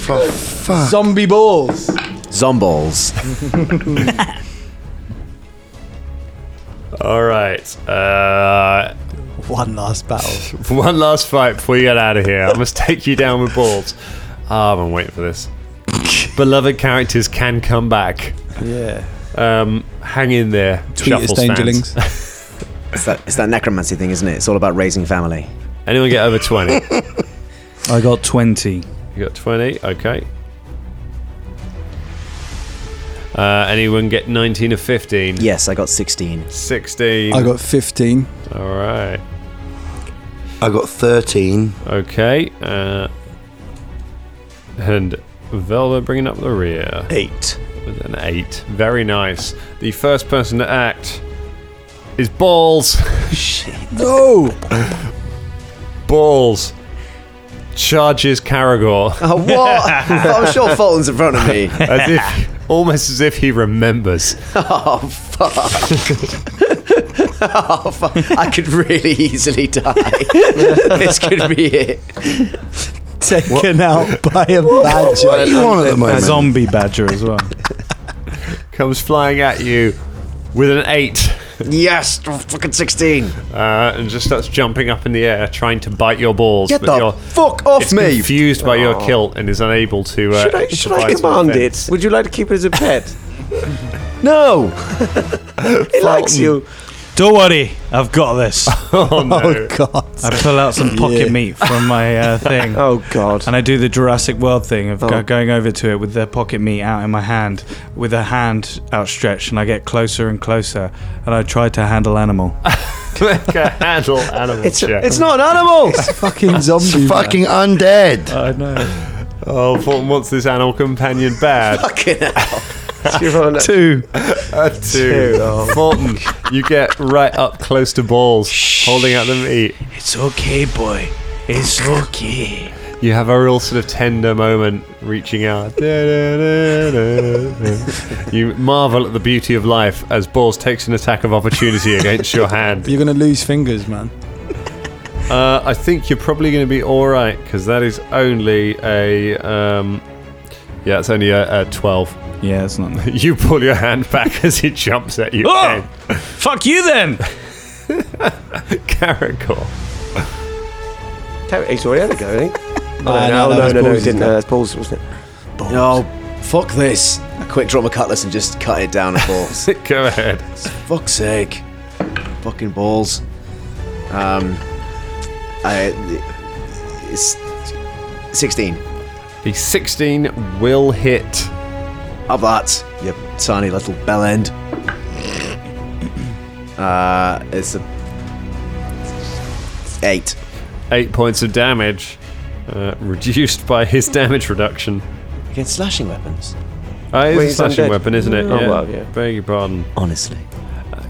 S1: For fuck.
S2: Zombie balls.
S6: Zomballs.
S4: All right. Uh,
S2: One last battle.
S4: one last fight before you get out of here. I must take you down with balls. Ah, I've been waiting for this. Beloved characters can come back.
S2: Yeah.
S4: Um, hang in there.
S2: Tweet us,
S4: Shuffles fans.
S2: Dangerlings.
S6: It's that, it's that necromancy thing, isn't it? It's all about raising family.
S4: Anyone get over 20? you
S7: I got 20.
S4: got 20? Okay. Uh, anyone get 19 or 15?
S6: Yes, I got 16.
S4: 16.
S2: I got 15.
S4: All right.
S1: I got 13.
S4: Okay. Uh, and Velda bringing up the rear.
S8: Eight.
S4: with an eight. Very nice. The first person to act is Balls.
S2: No.
S4: Balls charges Caragor
S6: Oh, what? I'm sure Fulton's in front of me.
S4: as if, almost as if he remembers.
S6: Oh, fuck. oh, fuck. I could really easily die. this could be it.
S2: Taken out by a badger.
S1: What do you want at the
S7: A
S1: moment?
S7: zombie badger as well.
S4: Comes flying at you with an eight
S6: Yes, fucking 16.
S4: uh, and just starts jumping up in the air, trying to bite your balls.
S6: Get the
S4: you're
S6: fuck off
S4: it's
S6: me.
S4: confused by your kilt and is unable to. Uh,
S8: Oh. Should I, should I
S4: provide some
S8: command it?
S4: offense.
S8: Would you like to keep it as a pet?
S6: No.
S8: It likes you.
S7: Don't worry, I've got this.
S4: Oh no!
S2: God.
S7: I pull out some pocket meat from my uh, thing.
S8: Oh God.
S7: And I do the Jurassic World thing of
S8: Oh.
S7: go- going over to it with the pocket meat out in my hand, with a hand outstretched, and I get closer and closer, and I try to handle animal.
S4: Make a handle animal
S8: It's,
S4: check.
S8: it's not an animal.
S2: Fucking zombie.
S1: Fucking undead.
S7: I know.
S4: oh, Fulton wants this animal companion bad.
S8: You're on-
S7: Two.
S4: Two. Fulton, you get right up close to balls, holding out the meat.
S7: It's okay, boy. It's okay.
S4: You have a real sort of tender moment reaching out. you marvel at the beauty of life as balls takes an attack of opportunity against your hand.
S2: You're going to lose fingers, man.
S4: Uh, I think you're probably going to be all right because that is only a. Um, yeah, it's only a, a 12.
S7: Yeah, it's not.
S4: You pull your hand back as it jumps at you.
S7: Oh! Fuck you then!
S4: Caracor.
S8: He's already had a go, isn't he?
S2: Ah,
S8: Uh, no,
S2: that
S8: no,
S2: was
S8: no, no, he
S2: Paul's
S8: didn't.
S2: gun.
S8: No, that's Paul's, wasn't it?
S6: No, fuck this. I quick drop my cutlass and just cut it down at balls.
S4: Go ahead.
S6: Fuck's sake. Fucking balls. Um, I. It's 16.
S4: The 16 will hit.
S6: Have that, you tiny little bell end. Uh, it's a. Eight.
S4: eight points of damage, uh, reduced by his damage reduction.
S6: Against slashing weapons?
S4: Uh, it
S8: Well,
S4: is a
S8: he's
S4: slashing
S8: undead.
S4: weapon, isn't it?
S8: Oh, well, yeah.
S4: Beg your pardon.
S6: Honestly.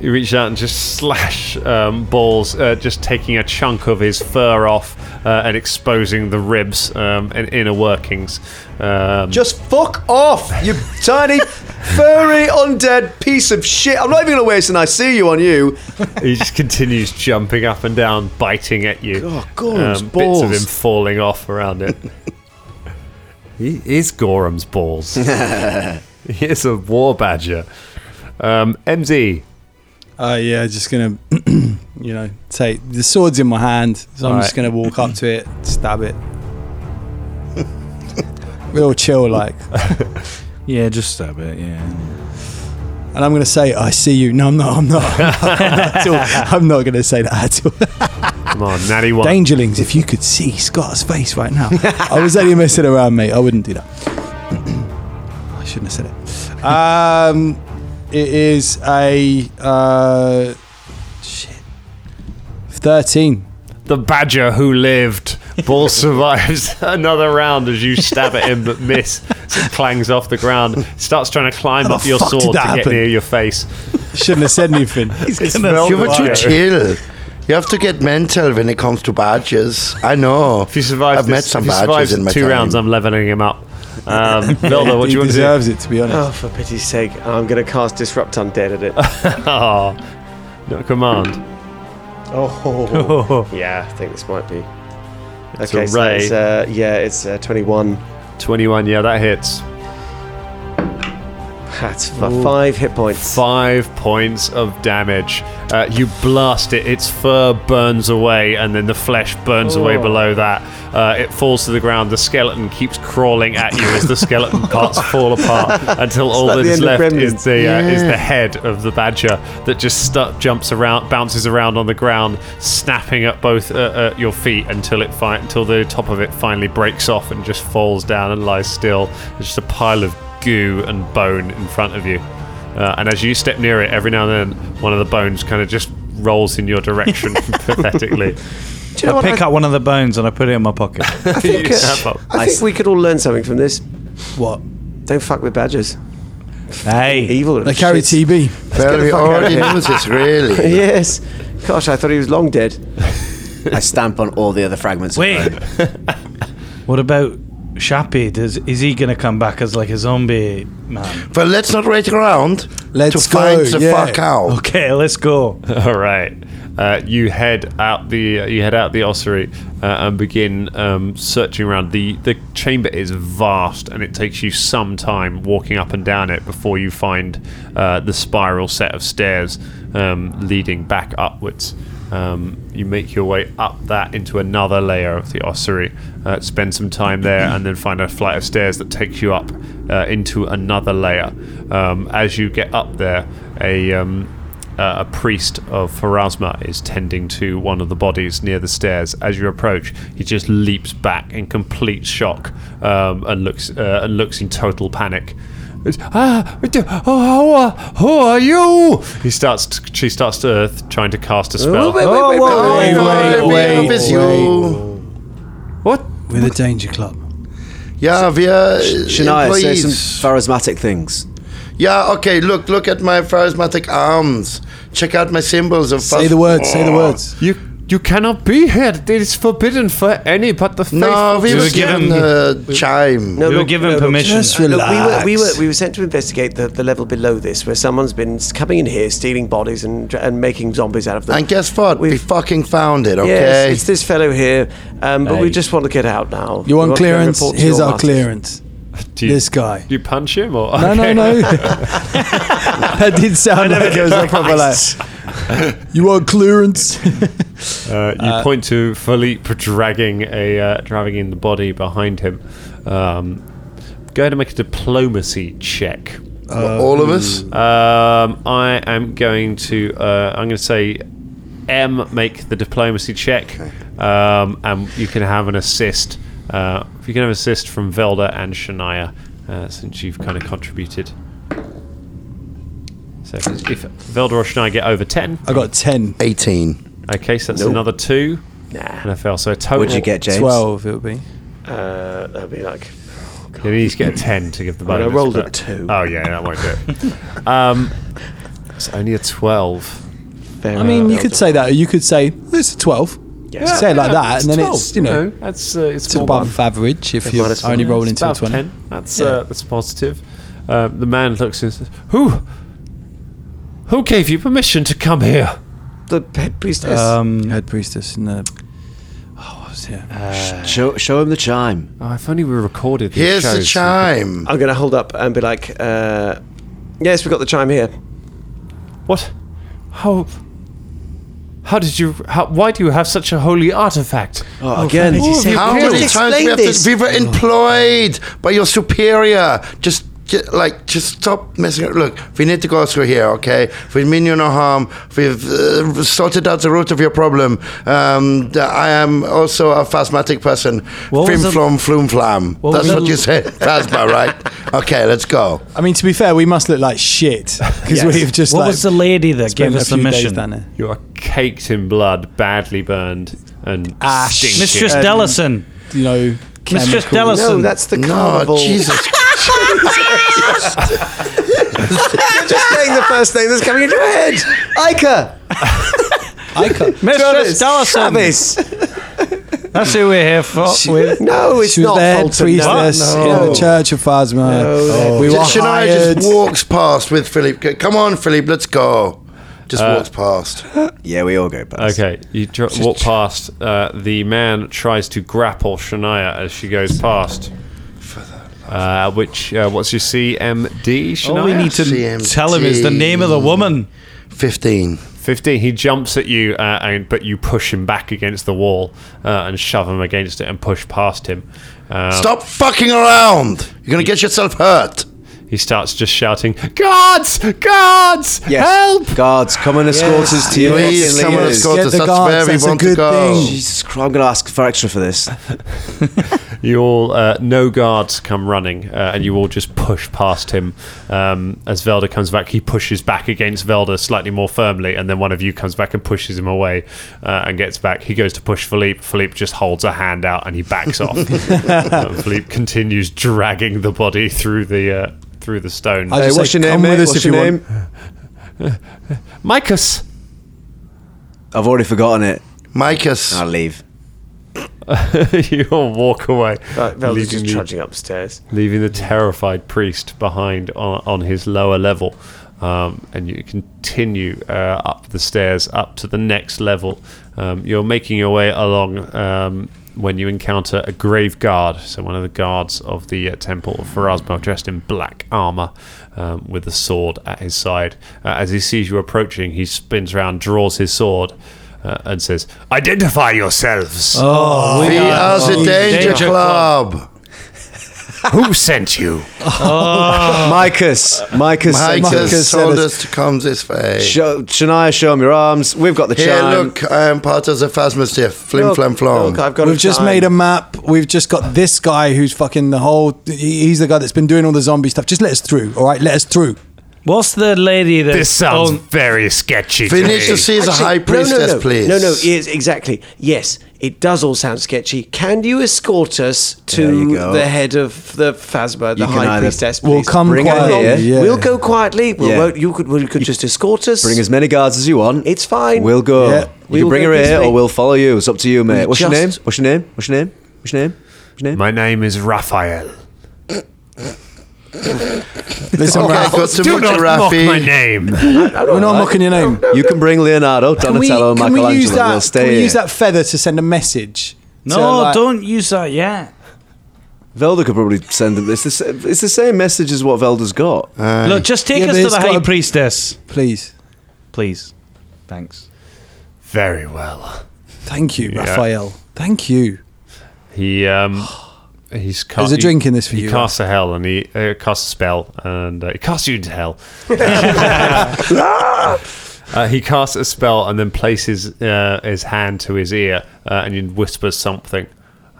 S4: You reach out and just slash um, balls, uh, just taking a chunk of his fur off uh, and exposing the ribs um, and inner workings. Um,
S3: Just fuck off, you tiny, furry, undead piece of shit. I'm not even gonna waste an I see you on you.
S4: he just continues jumping up and down, biting at you. Um,
S6: Oh, Gorham's
S4: Bits of
S6: balls.
S4: him falling off around it. he is Gorham's balls. he is a war badger. Um, MZ,
S2: Uh, yeah, just gonna, you know, take the sword's in my hand, so I'm just
S4: Right.
S2: gonna walk up to it, stab it. Real chill, like,
S7: Yeah, just stab it, yeah.
S2: and I'm gonna say, "I see you." No, I'm not. I'm not. I'm not, at all. I'm not gonna say that at all.
S4: Come on, Natty one.
S2: Dangerlings, if you could see Scott's face right now, I was only messing around, mate. I wouldn't do that. I shouldn't have said it. Um, it is a uh, shit. Thirteen.
S4: the badger who lived. Ball survives another round as you stab at him but miss. So it clangs off the ground. Starts trying to climb
S2: How the
S4: up your
S2: fuck did
S4: sword to
S2: that
S4: get
S2: happen?
S4: near your face. Oh,
S2: Shouldn't have said anything.
S1: Give it to
S4: Yeah.
S1: chill. You have to get mental when it comes to badges. I know.
S4: If he survives,
S1: I've met
S4: this-
S1: some
S4: if he
S1: badges
S4: survives
S1: in my
S4: two
S1: time.
S4: rounds, I'm leveling him up. Um, Velda, what do
S2: he
S4: you want to do?
S2: deserves it, to be honest.
S8: Oh, for pity's sake, I'm going to cast Disrupt Undead at it.
S4: Oh, not a command.
S8: oh, yeah, I think this might be.
S4: It's
S8: okay,
S4: a
S8: so
S4: ray.
S8: it's, uh, yeah, it's uh, 21.
S4: 21, yeah, that hits.
S8: That's for five hit points.
S4: Five points of damage. Uh, you blast it, its fur burns away, and then the flesh burns away below that. Uh, it falls to the ground. The skeleton keeps crawling at you as the skeleton parts fall apart until all
S8: like
S4: that
S8: the
S4: is
S8: end of
S4: left
S8: Gremlins.
S4: is the, uh, is the head of the badger that just stu- jumps around, bounces around on the ground, snapping at both uh, uh, your feet until it fi- until the top of it finally breaks off and just falls down and lies still. It's just a pile of goo and bone in front of you. Uh, and as you step near it, every now and then, one of the bones kind of just rolls in your direction pathetically.
S8: Do you know
S7: I
S8: what? I,
S7: pick up one of the bones and I put it in my pocket.
S8: I think,
S4: You
S8: uh,
S4: snap up.
S8: I think we could all learn something from this.
S2: What?
S8: Don't fuck with badgers.
S7: hey,
S4: Oh,
S8: Evil.
S2: They carry
S8: shits.
S2: TB.
S1: Well,
S8: get
S1: we
S8: the fuck out
S1: already
S8: of here.
S1: knew this, really.
S8: Yes. Gosh, I thought he was long dead.
S6: I stamp on all the other fragments. of
S7: wait.
S6: bone.
S7: what about Shappy? Does is he gonna come back as like a zombie man?
S1: But let's not wait around
S2: Let's
S1: to find
S2: go,
S1: the
S2: yeah.
S1: fuck out.
S7: Okay, let's go.
S4: All right. Uh, you head out the you head out the ossuary uh, and begin um, searching around. the The chamber is vast, and it takes you some time walking up and down it before you find uh, the spiral set of stairs um, leading back upwards. Um, you make your way up that into another layer of the ossuary, uh, spend some time there, and then find a flight of stairs that takes you up uh, into another layer. Um, as you get up there, a um, uh, a priest of Pharasma is tending to one of the bodies near the stairs. As you approach, he just leaps back in complete shock um, and looks uh, and looks in total panic. It's, ah, what the- oh, who are, who are you? He starts. t- she starts to, uh, trying to cast a spell.
S2: Oh, wait, wait, wait,
S1: it's you.
S2: We're the danger club.
S1: Yeah, we are uh,
S6: Shania, say some
S1: employees.
S6: pharasmatic things.
S1: Yeah, okay, look, look at my pharasmatic arms. Check out my symbols of Oh.
S2: Say the words. Say the words.
S4: You you cannot be here. It is forbidden for any but the faithful.
S1: No, we
S7: We
S1: were
S7: were given-
S1: given a chime.
S8: No,
S7: We were
S8: look,
S7: given
S8: no, look,
S7: permission.
S2: Just
S8: Look, we, were,
S2: relax.
S8: we, were, we were sent to investigate the, the level below this, where someone's been s- coming in here, stealing bodies and, and making zombies out of them.
S1: And guess what? we
S8: We've-
S1: fucking found it, okay?
S8: Yes, it's this fellow here, um, but we
S7: Hey.
S8: just want to get out now.
S2: You
S8: We
S2: want
S8: to go
S2: clearance?
S8: report to
S2: Here's
S8: your
S2: our
S8: masters.
S2: clearance.
S4: Do you,
S2: This guy.
S4: you punch him or
S2: No,
S4: Okay.
S2: no, no. that did sound like it was a proper like. You want clearance?
S4: Uh, you point to Philippe dragging a uh, dragging in the body behind him. Um, go ahead and make a diplomacy check.
S1: Uh, All of us?
S7: Mm.
S4: Um, I am going to. Uh, I'm going to say, M make the diplomacy check, um, and you can have an assist. Uh, if you can have assist from Velda and Shania, uh, since you've kind of contributed. So if, if Velda or Shania get over ten,
S2: I got 10.
S1: 18.
S4: okay, so that's another two. Nah. And I fail. So a total.
S6: What'd you get, James?
S2: 12 it'll be.
S8: Uh, that'd be like.
S4: You need to get a 10 to give the
S8: I
S4: bonus.
S8: rolled a
S4: but-
S8: two.
S4: Oh, yeah, that won't do it. Um, it's only a 12.
S2: I mean, you could say that. or You could say, it's a 12.
S8: Yes.
S2: say it like that, and then it's, you know,
S4: that's uh, it's
S2: it's above average if you're
S8: minus one.
S2: only rolling
S4: It's
S2: to a
S4: about
S2: 20.
S4: 10. That's, uh, that's positive. Uh, the man looks and says, Who? Who gave you permission to come here?
S8: The head priestess.
S7: Um,
S2: Head priestess and the. Oh, what was it?
S6: Show, show him the chime.
S4: Oh, if only we recorded these
S1: Here's the
S4: shows.
S1: chime.
S8: I'm going to hold up and be like, uh, yes, we've got the chime here.
S4: What? How? How did you? How, why do you have such a holy artifact?
S6: Oh, again,
S1: How
S6: Can't
S1: many times we
S6: explain
S1: have
S6: this.
S1: to, we were employed by your superior. Just get, like, just stop messing. Up. Look, we need to go through here, okay? We mean you no harm. We've uh, sorted out the root of your problem. Um, th- I am also a phasmatic person.
S7: What
S1: Flim
S7: was the-
S1: flom flum flam.
S7: What
S1: That's
S7: was
S1: what
S7: the-
S1: you said, phasma, right? Okay, let's go.
S2: I mean, to be fair, we must look like shit because we've just
S7: what
S2: like,
S7: was the lady that
S2: spent
S7: gave us
S2: a
S7: the
S2: few days
S7: mission?
S2: down there.
S4: You are caked in blood, badly burned, and
S2: Ah,
S4: stinking.
S7: Mistress Dellison.
S2: You know,
S7: Mistress
S2: chemical-
S7: Dellison.
S8: No, that's the
S1: No,
S8: carnival.
S1: Jesus.
S8: You're just saying the first thing that's coming into your head. Ica.
S2: I can't.
S7: Mr. Stallison.
S6: Travis.
S7: That's who we're here for. with.
S6: Oh,
S8: No, it's
S2: she was
S8: not
S2: the head
S8: Fulton,
S2: priestess
S8: no.
S2: in the Church of Phasma. We were
S1: Just- Shania
S2: hired.
S1: just walks past with Philip. Go, Come on, Philip, let's go. Just
S4: Uh,
S1: walks past.
S6: Yeah, we all go past.
S4: Okay, you dr- walk past. Uh, the man tries to grapple Shania as she goes past. Uh, which, uh, what's your CMD, Shania?
S7: All we need to
S1: CMT.
S7: tell him is the name of the woman.
S1: 15.
S4: 15. He jumps at you, uh, and but you push him back against the wall uh, and shove him against it and push past him. Um,
S1: Stop fucking around. You're going to get yourself hurt.
S4: He starts just shouting, Guards! Guards!
S6: Yes.
S4: Help!
S6: Guards, come and escort us to your
S1: Please,
S6: fucking
S1: someone
S6: leaders.
S1: escort
S2: Get
S1: us.
S2: the
S1: That's
S2: guards,
S1: where we
S2: that's a
S1: want to
S2: good
S1: go.
S2: thing.
S6: Jesus Christ, I'm going to ask for extra for this.
S4: You all, uh, no guards come running, uh, and you all just push past him. Um, as Velda comes back, he pushes back against Velda slightly more firmly, and then one of you comes back and pushes him away uh, and gets back. He goes to push Philippe. Philippe just holds a hand out and he backs off. um, Philippe continues dragging the body through the. Uh, through the stone.
S2: I
S8: Hey,
S2: just
S8: what's
S2: say,
S8: your name,
S2: come
S8: mate?
S2: with us
S8: What's
S2: if
S8: your
S2: you
S8: name?
S4: Micus!
S6: I've already forgotten it.
S1: Micus.
S4: Ah,
S6: I'll leave.
S4: you all walk away.
S8: Right, Velda's
S4: leaving
S8: just
S4: the-
S8: trudging upstairs.
S4: leaving the terrified priest behind on, on his lower level. Um, and you continue uh, up the stairs, up to the next level. Um, you're making your way along um, when you encounter a grave guard, so one of the guards of the uh, temple of Pharasma, dressed in black armor um, with a sword at his side. Uh, as he sees you approaching, he spins around, draws his sword, uh, and says, "Identify yourselves.
S7: Oh,
S1: We are the
S7: oh,
S1: Danger,
S7: Danger
S1: Club.
S4: Who sent you?"
S8: Uh,
S6: Micus, Micus, sent
S1: Micus
S6: us.
S1: told us to come this way.
S6: Show, Shania, show him your arms. We've got the
S1: Here,
S6: charm.
S1: look, I am part of the Phasma Stiff. Flim, flam, flom.
S8: Look, I've got
S2: We've just made a map. We've just got this guy who's fucking the whole. he- He's the guy that's been doing all the zombie stuff. Just let us through, all right? Let us through.
S7: What's the lady that?
S4: This sounds
S7: own-
S4: very sketchy. to
S1: Finish
S4: me.
S1: to see the
S8: Actually,
S1: High Priestess,
S8: no, no, no.
S1: please.
S8: No, no, yes, exactly. Yes, it does all sound sketchy. Can you escort us
S6: There you
S8: to
S6: go.
S8: the head of the Phasma, the
S6: You can
S8: High
S6: either-
S8: Priestess?
S2: We'll
S8: please?
S2: come
S8: Bring her
S2: quietly,
S8: along.
S2: yeah.
S8: We'll go quietly. We'll,
S6: Yeah.
S8: won't- you could, well, you could just escort us.
S6: Bring as many guards as you want.
S8: It's fine.
S6: We'll go.
S2: Yeah.
S6: We
S8: We'll
S6: can bring
S8: go
S6: her
S8: this
S6: here,
S8: way.
S6: or we'll follow you. It's up to you, mate.
S8: We
S6: What's your name?
S8: just-
S6: What's your name? What's your name? What's your name? What's your name?
S4: My name is Raphael.
S2: Listen,
S1: Okay,
S2: Ralph,
S1: I've got so
S4: Oh, Do
S1: much
S4: not mock
S1: Rafi.
S4: my name.
S2: we're not mocking your name.
S6: You can bring Leonardo, Donatello, and Michelangelo.
S2: use that?
S6: we'll stay
S2: can we
S6: here.
S2: use that feather to send a message?
S7: No,
S2: To, like-
S7: don't use that yet.
S6: Velda could probably send them. It's the, sa- it's the same message as what Velda's got.
S8: Uh,
S7: Look, just take
S2: Yeah,
S7: us
S2: but
S7: to
S2: it's
S7: the
S2: got
S7: high
S2: a-
S7: priestess,
S2: please.
S7: please. Thanks.
S4: Very well.
S2: Thank you,
S4: Yeah.
S2: Raphael. Thank you.
S4: He um, he's ca-
S2: There's a
S4: he-
S2: drink in this for
S4: he
S2: you,
S4: casts a hell and he uh, casts a spell and uh, he casts you into hell. Uh, he casts a spell and then places uh, his hand to his ear uh, and he whispers something.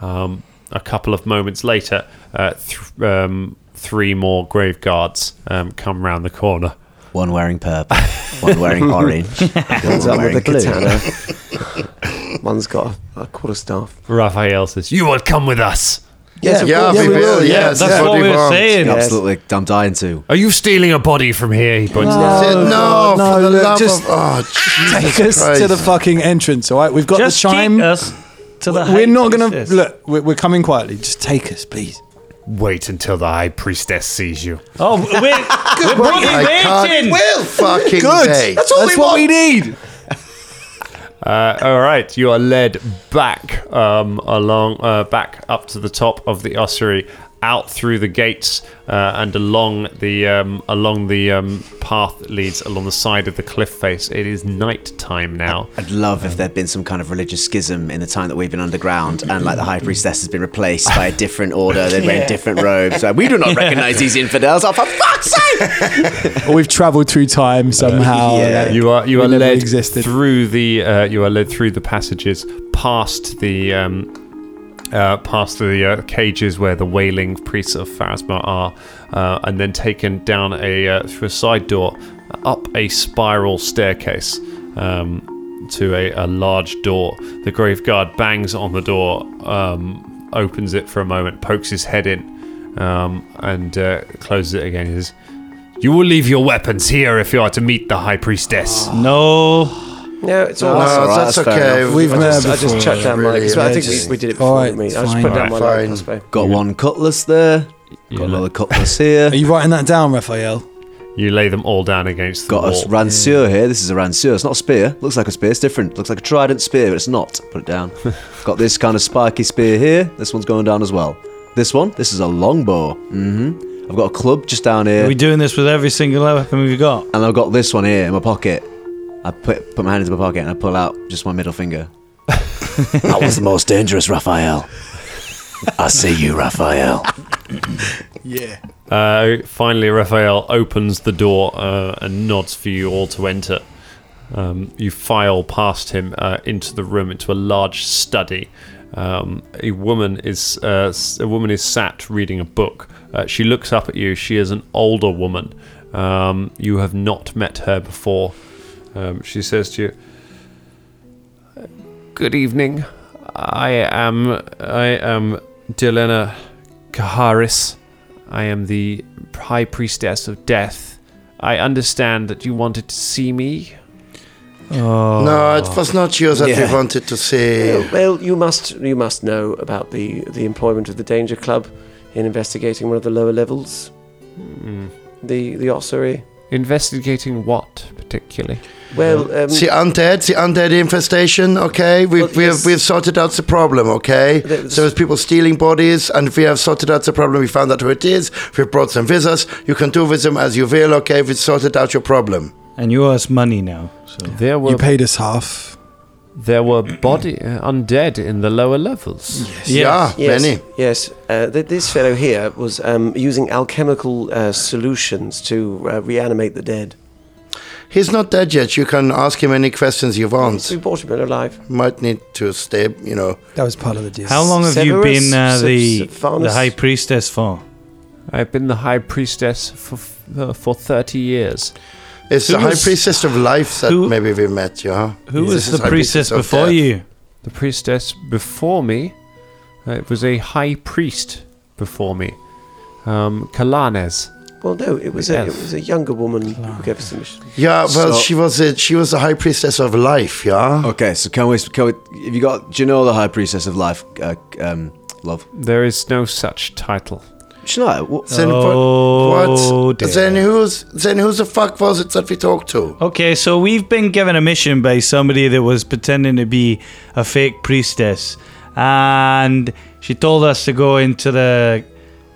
S4: Um, a couple of moments later, uh, th- um, three more grave guards um, come round the corner.
S6: One wearing purple, one wearing orange,
S8: One's
S6: one
S8: up with
S6: wearing
S8: a
S6: blue.
S8: katana. One's got a, a quarter staff.
S4: Raphael says, "You will come with us.
S8: Yes,
S1: Yeah, we will. Yes,
S7: That's
S1: yes.
S7: what we were
S1: want.
S7: saying.
S6: Absolutely, I'm dying to.
S4: Are you stealing a body from here?" He points. down.
S1: Said, no,
S2: God, no,
S1: for the
S2: look,
S1: love
S2: just
S1: of oh, Jesus
S2: Take us
S1: Christ.
S2: to the fucking entrance, all right? We've got
S7: Just
S2: the chime.
S7: take us to the.
S2: we're
S7: high
S2: not going
S7: priestess.
S2: to. Look, we're, we're coming quietly. Just take us, please.
S4: Wait until the high priestess sees you.
S7: Oh, we're, we're bloody
S1: I can't.
S7: waiting.
S1: Well, fucking day.
S2: That's all That's what we need.
S4: Uh, all right, you are led back um, along, uh, back up to the top of the ossuary, out through the gates uh, and along the um, along the um, path that leads along the side of the cliff face. It is night time now.
S6: I'd love if there'd been some kind of religious schism in the time that we've been underground, and like the high priestess has been replaced by a different order. They're wearing different robes. Like, we do not recognise these infidels. Oh, for fuck's sake!
S2: Or we've travelled through time somehow.
S6: Yeah.
S2: like-
S4: You are you
S2: We
S4: are
S2: never
S4: led
S2: existed.
S4: through the uh, you are led through the passages past the um, uh, past the uh, cages where the wailing priests of Phasma are, uh, and then taken down a uh, through a side door up a spiral staircase. Um, to a, a large door. The grave guard bangs on the door, um, opens it for a moment, pokes his head in, um, and uh, closes it again. He says, you will leave your weapons here if you are to meet the High Priestess.
S7: No,
S8: No, it's all.
S6: No,
S8: right.
S6: that's all right.
S1: that's,
S6: that's fair
S1: okay.
S6: enough.
S2: We've
S8: I just,
S2: met
S8: I just
S2: before.
S8: chucked down my.
S1: Really,
S8: Cause I think
S1: just-
S8: we, we did it before,
S2: Alright,
S8: didn't we? I just
S2: fine.
S8: put down my light
S1: Fine.
S8: crossbow.
S6: Got one cutlass there. Got another cutlass here.
S2: Are you writing that down, Raphael?
S4: You lay them all down against the
S6: Got
S4: wall.
S6: a rancier here. This is a rancier. It's not a spear. Looks like a spear. It's different. Looks like a trident spear, but it's not. Put it down. Got this kind of spiky spear here. This one's going down as well. This one. This is a longbow. Mm-hmm. I've got a club just down
S7: Are
S6: here,
S7: we doing this with every single weapon we've got?
S6: and I've got this one here in my pocket. I put put my hand into my pocket and I pull out just my middle finger. that was the most dangerous, Raphael. I see you, Raphael.
S2: Yeah.
S4: Uh, finally, Raphael opens the door uh, and nods for you all to enter. Um, you file past him uh, into the room, into a large study. Um, a woman is uh, s- a woman is sat reading a book. Uh, she looks up at you. She is an older woman. Um, you have not met her before. Um, she says to you, "Good evening. I am I am Delena Kaharis." I am the High Priestess of Death. I understand that you wanted to see me.
S1: No, it was not you that we
S6: Yeah.
S1: wanted to see.
S8: Well, you must you must know about the the employment of the Danger Club in investigating one of the lower levels,
S1: Hmm.
S8: the the ossuary.
S4: Investigating what, particularly?
S8: Well, um,
S1: The undead, the undead infestation. Okay, we
S8: Well,
S1: we
S8: yes.
S1: have we've sorted out the problem. Okay,
S8: The-
S1: so it's people stealing bodies, and we have sorted out the problem. We found out who it is. We brought them with us. You can do with them as you will. Okay, we sorted out your problem.
S7: And you owe us money now. So.
S4: There were
S2: You paid us half.
S4: there were body uh, undead in the lower levels.
S1: Yeah,
S8: Yes,
S1: many.
S8: Yes, uh, th- this fellow here was um, using alchemical uh, solutions to uh, reanimate the dead.
S1: He's not dead yet. You can ask him any questions you want.
S8: So we brought him in alive.
S1: Might need to stay. You know,
S2: That was part of the deal.
S7: How long have you
S8: Severus?
S7: been uh,
S8: Se-
S7: the,
S8: Sephanus?
S7: the high priestess for?
S4: I've been the High Priestess for f- uh, for thirty years.
S1: it's
S7: Who
S1: the high
S7: was-
S1: priestess of life that
S7: who-
S1: maybe we met. You huh?
S7: Who
S1: This
S7: was
S1: is
S7: the
S1: high
S7: priestess
S1: of
S7: before
S1: death.
S7: you?
S4: The priestess before me, uh, it was a High Priest before me, um, Kalanes.
S8: Well, no, it was a, it
S4: Yes.
S8: was a younger woman who gave us the mission.
S1: Yeah, well,
S6: So- Oh,
S1: she was it. She was the high priestess of life. Yeah.
S6: Okay, so can we? Can we have you got? Do you know the High Priestess of Life? Uh, um, love.
S4: There is no such title.
S6: Should I? What?
S1: Then what-
S7: Oh,
S1: what?
S7: dear.
S1: Then who's then who the fuck was it that we talked to?
S7: Okay, so we've been given a mission by somebody that was pretending to be a fake priestess, and she told us to go into the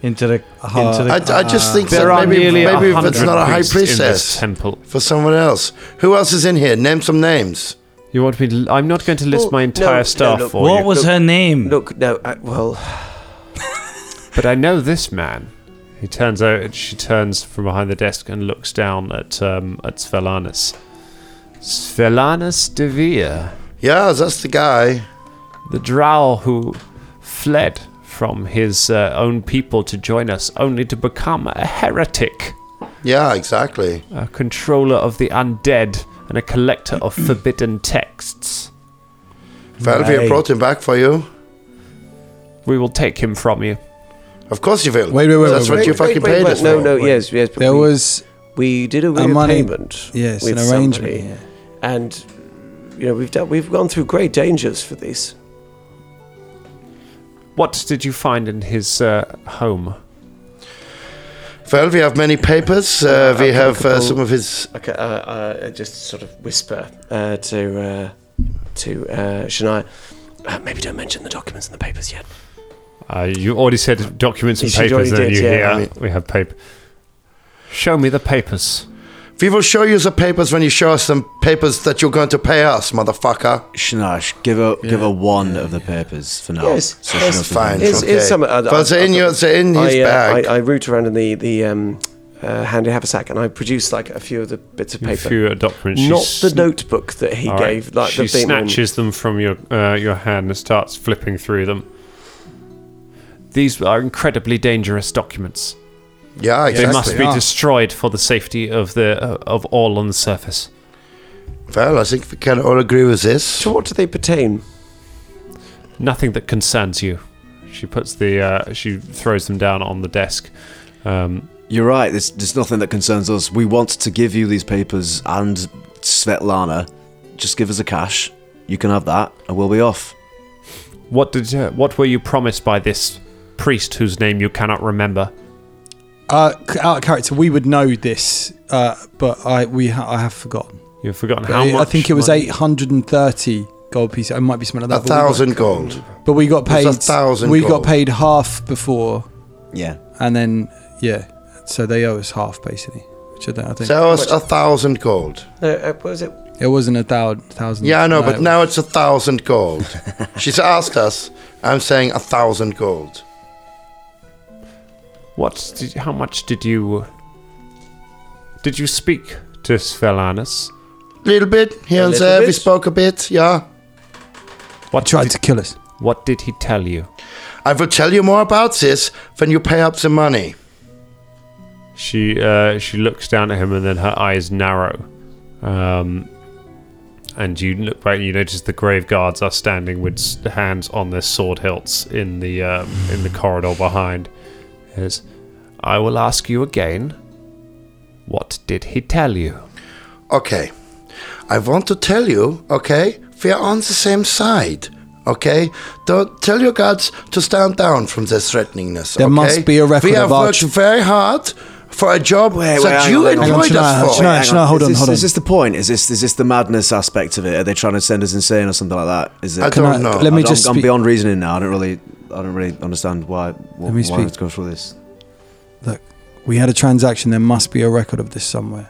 S7: into the into the.
S1: Uh-huh. I, I just think
S4: There are
S1: that maybe
S4: nearly
S1: maybe if
S4: 100
S1: it's not a high
S4: priests in this
S1: priestess
S4: temple.
S1: for someone else. Who else is in here? Name some names.
S4: You want me? To, I'm not going to list
S8: Well,
S4: my
S8: no,
S4: entire
S8: no,
S4: staff
S8: look,
S4: for you.
S7: what was
S8: Look-
S7: her name?
S8: Look, no, I, well,
S4: But I know this man. He turns out. She turns from behind the desk and looks down at um, at Svelanus. Svelanus de Vere,
S1: Yeah, that's the guy.
S4: the drow who fled from his uh, own people to join us, only to become a heretic,
S1: Yeah, exactly.
S4: a controller of the undead, and a collector of forbidden texts.
S1: Well, we have
S2: Right.
S1: brought him back for you.
S4: We will take him from you.
S1: Of course you will.
S2: Wait, wait, wait,
S1: That's
S2: wait,
S8: um,
S1: what
S2: wait,
S1: you
S2: wait,
S1: fucking paid us
S8: no,
S1: for.
S8: no, yes, yes. But
S2: There
S8: we,
S2: was
S8: we did a,
S2: a money-
S8: repayment.
S2: yes, an
S8: with
S2: arrangement.
S8: somebody.
S2: yeah.
S8: and you know we've done, we've gone through great dangers for this.
S4: What did you find in his uh, home?
S1: Well, we have many papers. Uh, we have uh,
S8: applicable-
S1: some of his.
S8: Okay, uh, uh, just sort of whisper uh, to uh, to uh, Shania. Uh, maybe don't mention the documents and the papers yet.
S4: Uh, you already said documents and
S8: She
S4: papers,
S8: already
S4: and then
S8: did,
S4: you
S8: yeah,
S4: hear
S8: I mean-
S4: we have paper. Show me the papers.
S1: We will show you the papers when you show us some papers that you're going to pay us, motherfucker.
S6: Shnash, give her give her one of the papers for now.
S8: Yes,
S6: So
S8: yes,
S6: knows the
S1: fine.
S6: names.
S8: Is- is some- uh,
S1: but they're in,
S8: I-
S1: your, they're in his
S8: I, uh,
S1: bag.
S8: I, I root around in the the um, uh, handy haversack and I produce like a few of the bits of
S4: A
S8: paper.
S4: few documents. She
S8: Not the
S4: sn-
S8: notebook that he
S4: All right.
S8: gave. Like
S4: she
S8: the thing on-
S4: snatches them from your uh, your hand and starts flipping through them. These are incredibly dangerous documents.
S1: yeah,
S4: They
S1: exactly.
S4: must be
S2: Ah.
S4: destroyed for the safety of the uh, of all on the surface.
S1: Well, I think we can all agree with this.
S8: To what do they pertain?
S4: Nothing that concerns you. She puts the uh, she throws them down on the desk. Um,
S6: You're right. There's, there's nothing that concerns us. We want to give you these papers and Svetlana just give us a cash. You can have that, and we'll be off.
S4: What did uh, what were you promised by this priest whose name you cannot remember?
S2: Uh, c- out of character, we would know this, uh, but I we ha- I have forgotten.
S4: You've forgotten how
S2: I,
S4: much.
S2: I think it was
S4: money-
S2: eight hundred and thirty gold pieces. It might be something
S1: A
S2: like that. but we got-
S1: thousand gold.
S2: But we got
S1: It
S2: paid.
S1: was a thousand
S2: We
S1: gold.
S2: got paid half before,
S6: Yeah.
S2: and then yeah, so they owe us half basically. Which I don't. I think
S1: So it's a thousand gold.
S8: Uh, uh, what was it?
S2: it wasn't a thou- thousand.
S1: Yeah, I know, but
S2: it-
S1: now it's a thousand gold. She's asked us. I'm saying a thousand gold.
S4: What? Did, how much did you? Did you speak to Svelanus?
S1: Little bit here and
S8: little
S1: there. We
S8: bit.
S1: spoke a bit. Yeah.
S4: What
S2: tried
S4: did,
S2: to kill us.
S4: What did he tell you?
S1: I will tell you more about this when you pay up the money.
S4: She uh, she looks down at him and then her eyes narrow, um, and you look back and you notice the grave guards are standing with s- hands on their sword hilts in the um, in the corridor behind. Says, I will ask you again. What did he tell you?
S1: Okay. I want to tell you, okay, we are on the same side. Okay? Don't tell your guards to stand down from their threateningness.
S2: There
S1: okay?
S2: must be a record
S1: We have
S2: of our
S1: worked
S2: ch-
S1: very hard for a job
S6: Wait, wait,
S1: that
S6: hang
S1: you
S6: on, hang on,
S1: employed
S2: hang on,
S1: us for.
S2: hang on, hang on. No, hold
S6: is this,
S2: hold
S6: Is
S2: on.
S6: this the point? Is this is this the madness aspect of it? Are they trying to send us insane or something like that? Is it?
S1: I
S2: Can
S1: don't
S2: I-
S1: know.
S2: Let me
S6: I don't-
S2: just
S6: I'm
S2: speak.
S6: beyond reasoning now. I don't really, I don't really understand why. Why,
S2: Let me
S6: why
S2: speak.
S6: to go through this?
S2: Look, we had a transaction. There must be a record of this somewhere.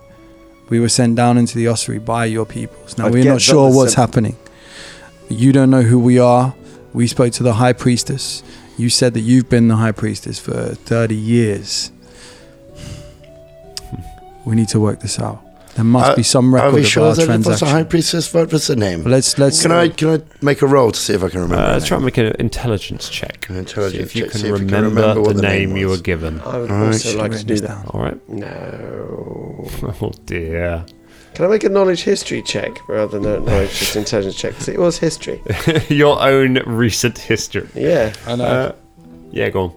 S2: We were sent down into the ossuary by your peoples. Now
S6: I
S2: we're
S6: get
S2: not
S6: that
S2: sure
S6: the
S2: what's
S6: sen-
S2: happening. You don't know who we are. We spoke to the high priestess. You said that you've been the high priestess for 30 years. We need to work this out. There must
S1: Are-
S2: be some record
S1: Uh, Are we
S2: of
S1: sure
S2: our
S1: that it was the
S2: transaction.
S1: high priestess? What was the name?
S2: let's let's
S1: Can I can I make a roll to see if I can remember?
S4: Uh,
S1: her
S4: let's
S1: name?
S4: try and make an intelligence check.
S1: An intelligence
S4: See if you
S1: check,
S4: can
S1: see if you can
S4: remember,
S1: remember
S4: the,
S1: what the name
S4: name, you were
S1: was.
S4: given.
S8: I would
S1: Alright,
S8: also
S1: should
S8: like to
S2: write
S8: do
S2: this
S8: that.
S2: down.
S4: All right.
S8: No.
S4: Oh dear.
S8: Can I make a knowledge history check rather than a knowledge just intelligence check? 'Cause it was history.
S4: Your own recent history.
S8: Yeah,
S2: I know.
S4: Uh, yeah, go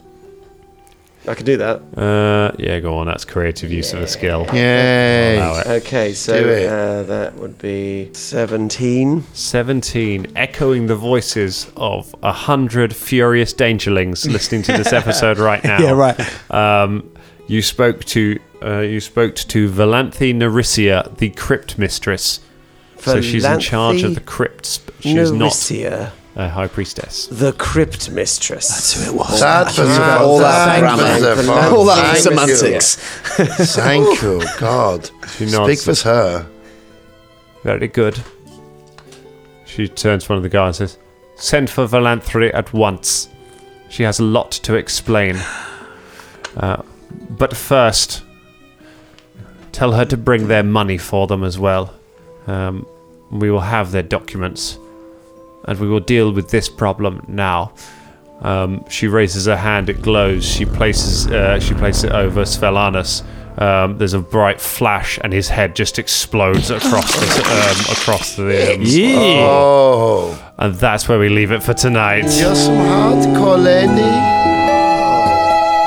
S8: I can do that.
S4: on. Uh, yeah, go on. That's creative use of a skill.
S1: Yay.
S2: Oh,
S4: Allow it.
S8: Okay, so
S1: Do it.
S8: uh, that would be 17.
S4: 17. Echoing the voices of a hundred furious dangerlings listening to this episode right now.
S2: yeah, right.
S4: Um, you spoke to uh, you spoke to Valanthe Naricia, the crypt mistress. so she's in charge of the crypts. but She's not
S8: Nerissa,
S4: a high priestess.
S8: the crypt mistress. That's who it was.
S1: That was a-
S6: all
S1: that
S6: that
S1: was a
S6: grammar.
S1: fun-
S6: All
S1: thank
S6: that
S1: you.
S6: semantics.
S1: Thank you, God.
S4: She
S1: Speak
S4: nods.
S1: with her.
S4: Very good. She turns to one of the guards and says, Send for Valanthry at once. She has a lot to explain. Uh, but first, tell her to bring their money for them as well. Um, we will have their documents. And we will deal with this problem now. Um, she raises her hand, it glows. She places, uh, she places it over Svelanus. Um, there's a bright flash, and his head just explodes across the, um, across the. Um,
S1: Uh, Oh,
S4: and that's where we leave it for tonight.
S1: you're some hardcore lady.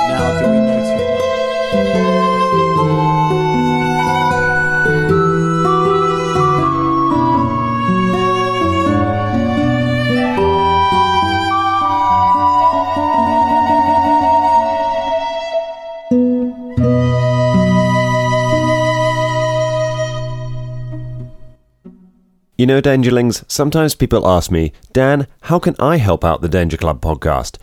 S2: Now that we know too much.
S10: You know, Dangerlings, sometimes people ask me, Dan, how can I help out the Danger Club podcast?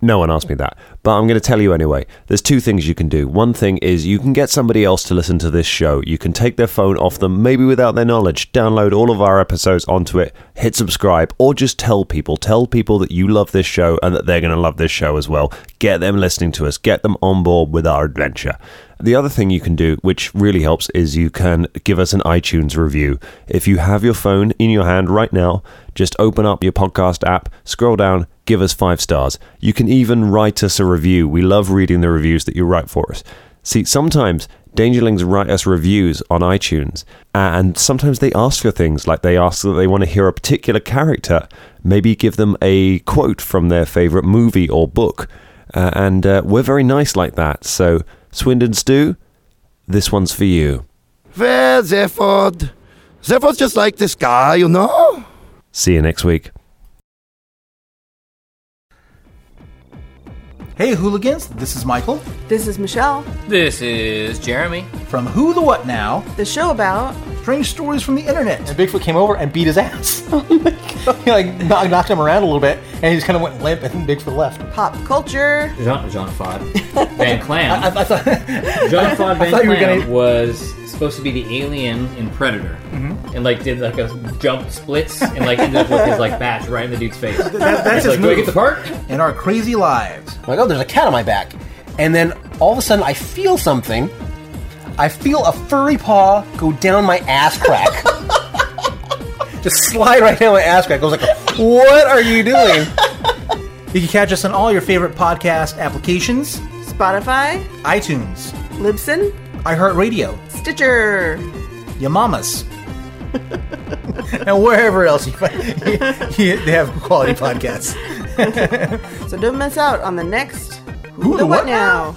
S10: No one asked me that, but I'm going to tell you anyway. There's two things you can do. One thing is you can get somebody else to listen to this show. You can take their phone off them, maybe without their knowledge, download all of our episodes onto it, hit subscribe, or just tell people. Tell people that you love this show and that they're going to love this show as well. Get them listening to us, get them on board with our adventure. The other thing you can do, which really helps, is you can give us an iTunes review. If you have your phone in your hand right now, just open up your podcast app, scroll down, give us five stars. You can even write us a review. We love reading the reviews that you write for us. See, sometimes Dangerlings write us reviews on iTunes, and sometimes they ask for things like they ask that they want to hear a particular character, maybe give them a quote from their favorite movie or book. Uh, and uh, we're very nice like that. So, Swindon Stew, this one's for you.
S1: Where, therefore, Zephyr's just like this guy, you know?
S10: See you next week.
S6: Hey, hooligans, this is Michael.
S8: This is Michelle.
S7: This is Jeremy.
S6: From Who the What Now?
S8: The show about
S6: strange stories from the internet. And Bigfoot came over and beat his ass. oh my god. He like knock- knocked him around a little bit, and he just kind of went limp, and Bigfoot left.
S8: pop culture.
S7: It's not John Fod. Van Clam.
S6: I, I thought,
S7: John
S6: I
S7: Fod Van
S6: thought
S7: Clam
S6: you were gonna-
S7: was supposed to be the alien in Predator, and like did like a jump splits and like ended up with his like bash right in the dude's face.
S6: that's
S7: It's
S6: his
S7: like, Do I
S6: move."
S7: get the part?
S6: In our crazy lives. I'm like, oh, there's a cat on my back. And then all of a sudden, I feel something. I feel a furry paw go down my ass crack. Just slide right down my ass crack. I was like, what are you doing? You can catch us on all your favorite podcast applications
S8: Spotify,
S6: iTunes,
S8: Libsyn,
S6: iHeartRadio,
S8: Stitcher.
S6: Yamamas, and wherever else you find you, they have quality podcasts.
S8: So don't miss out on the next
S6: Who the What
S8: Now?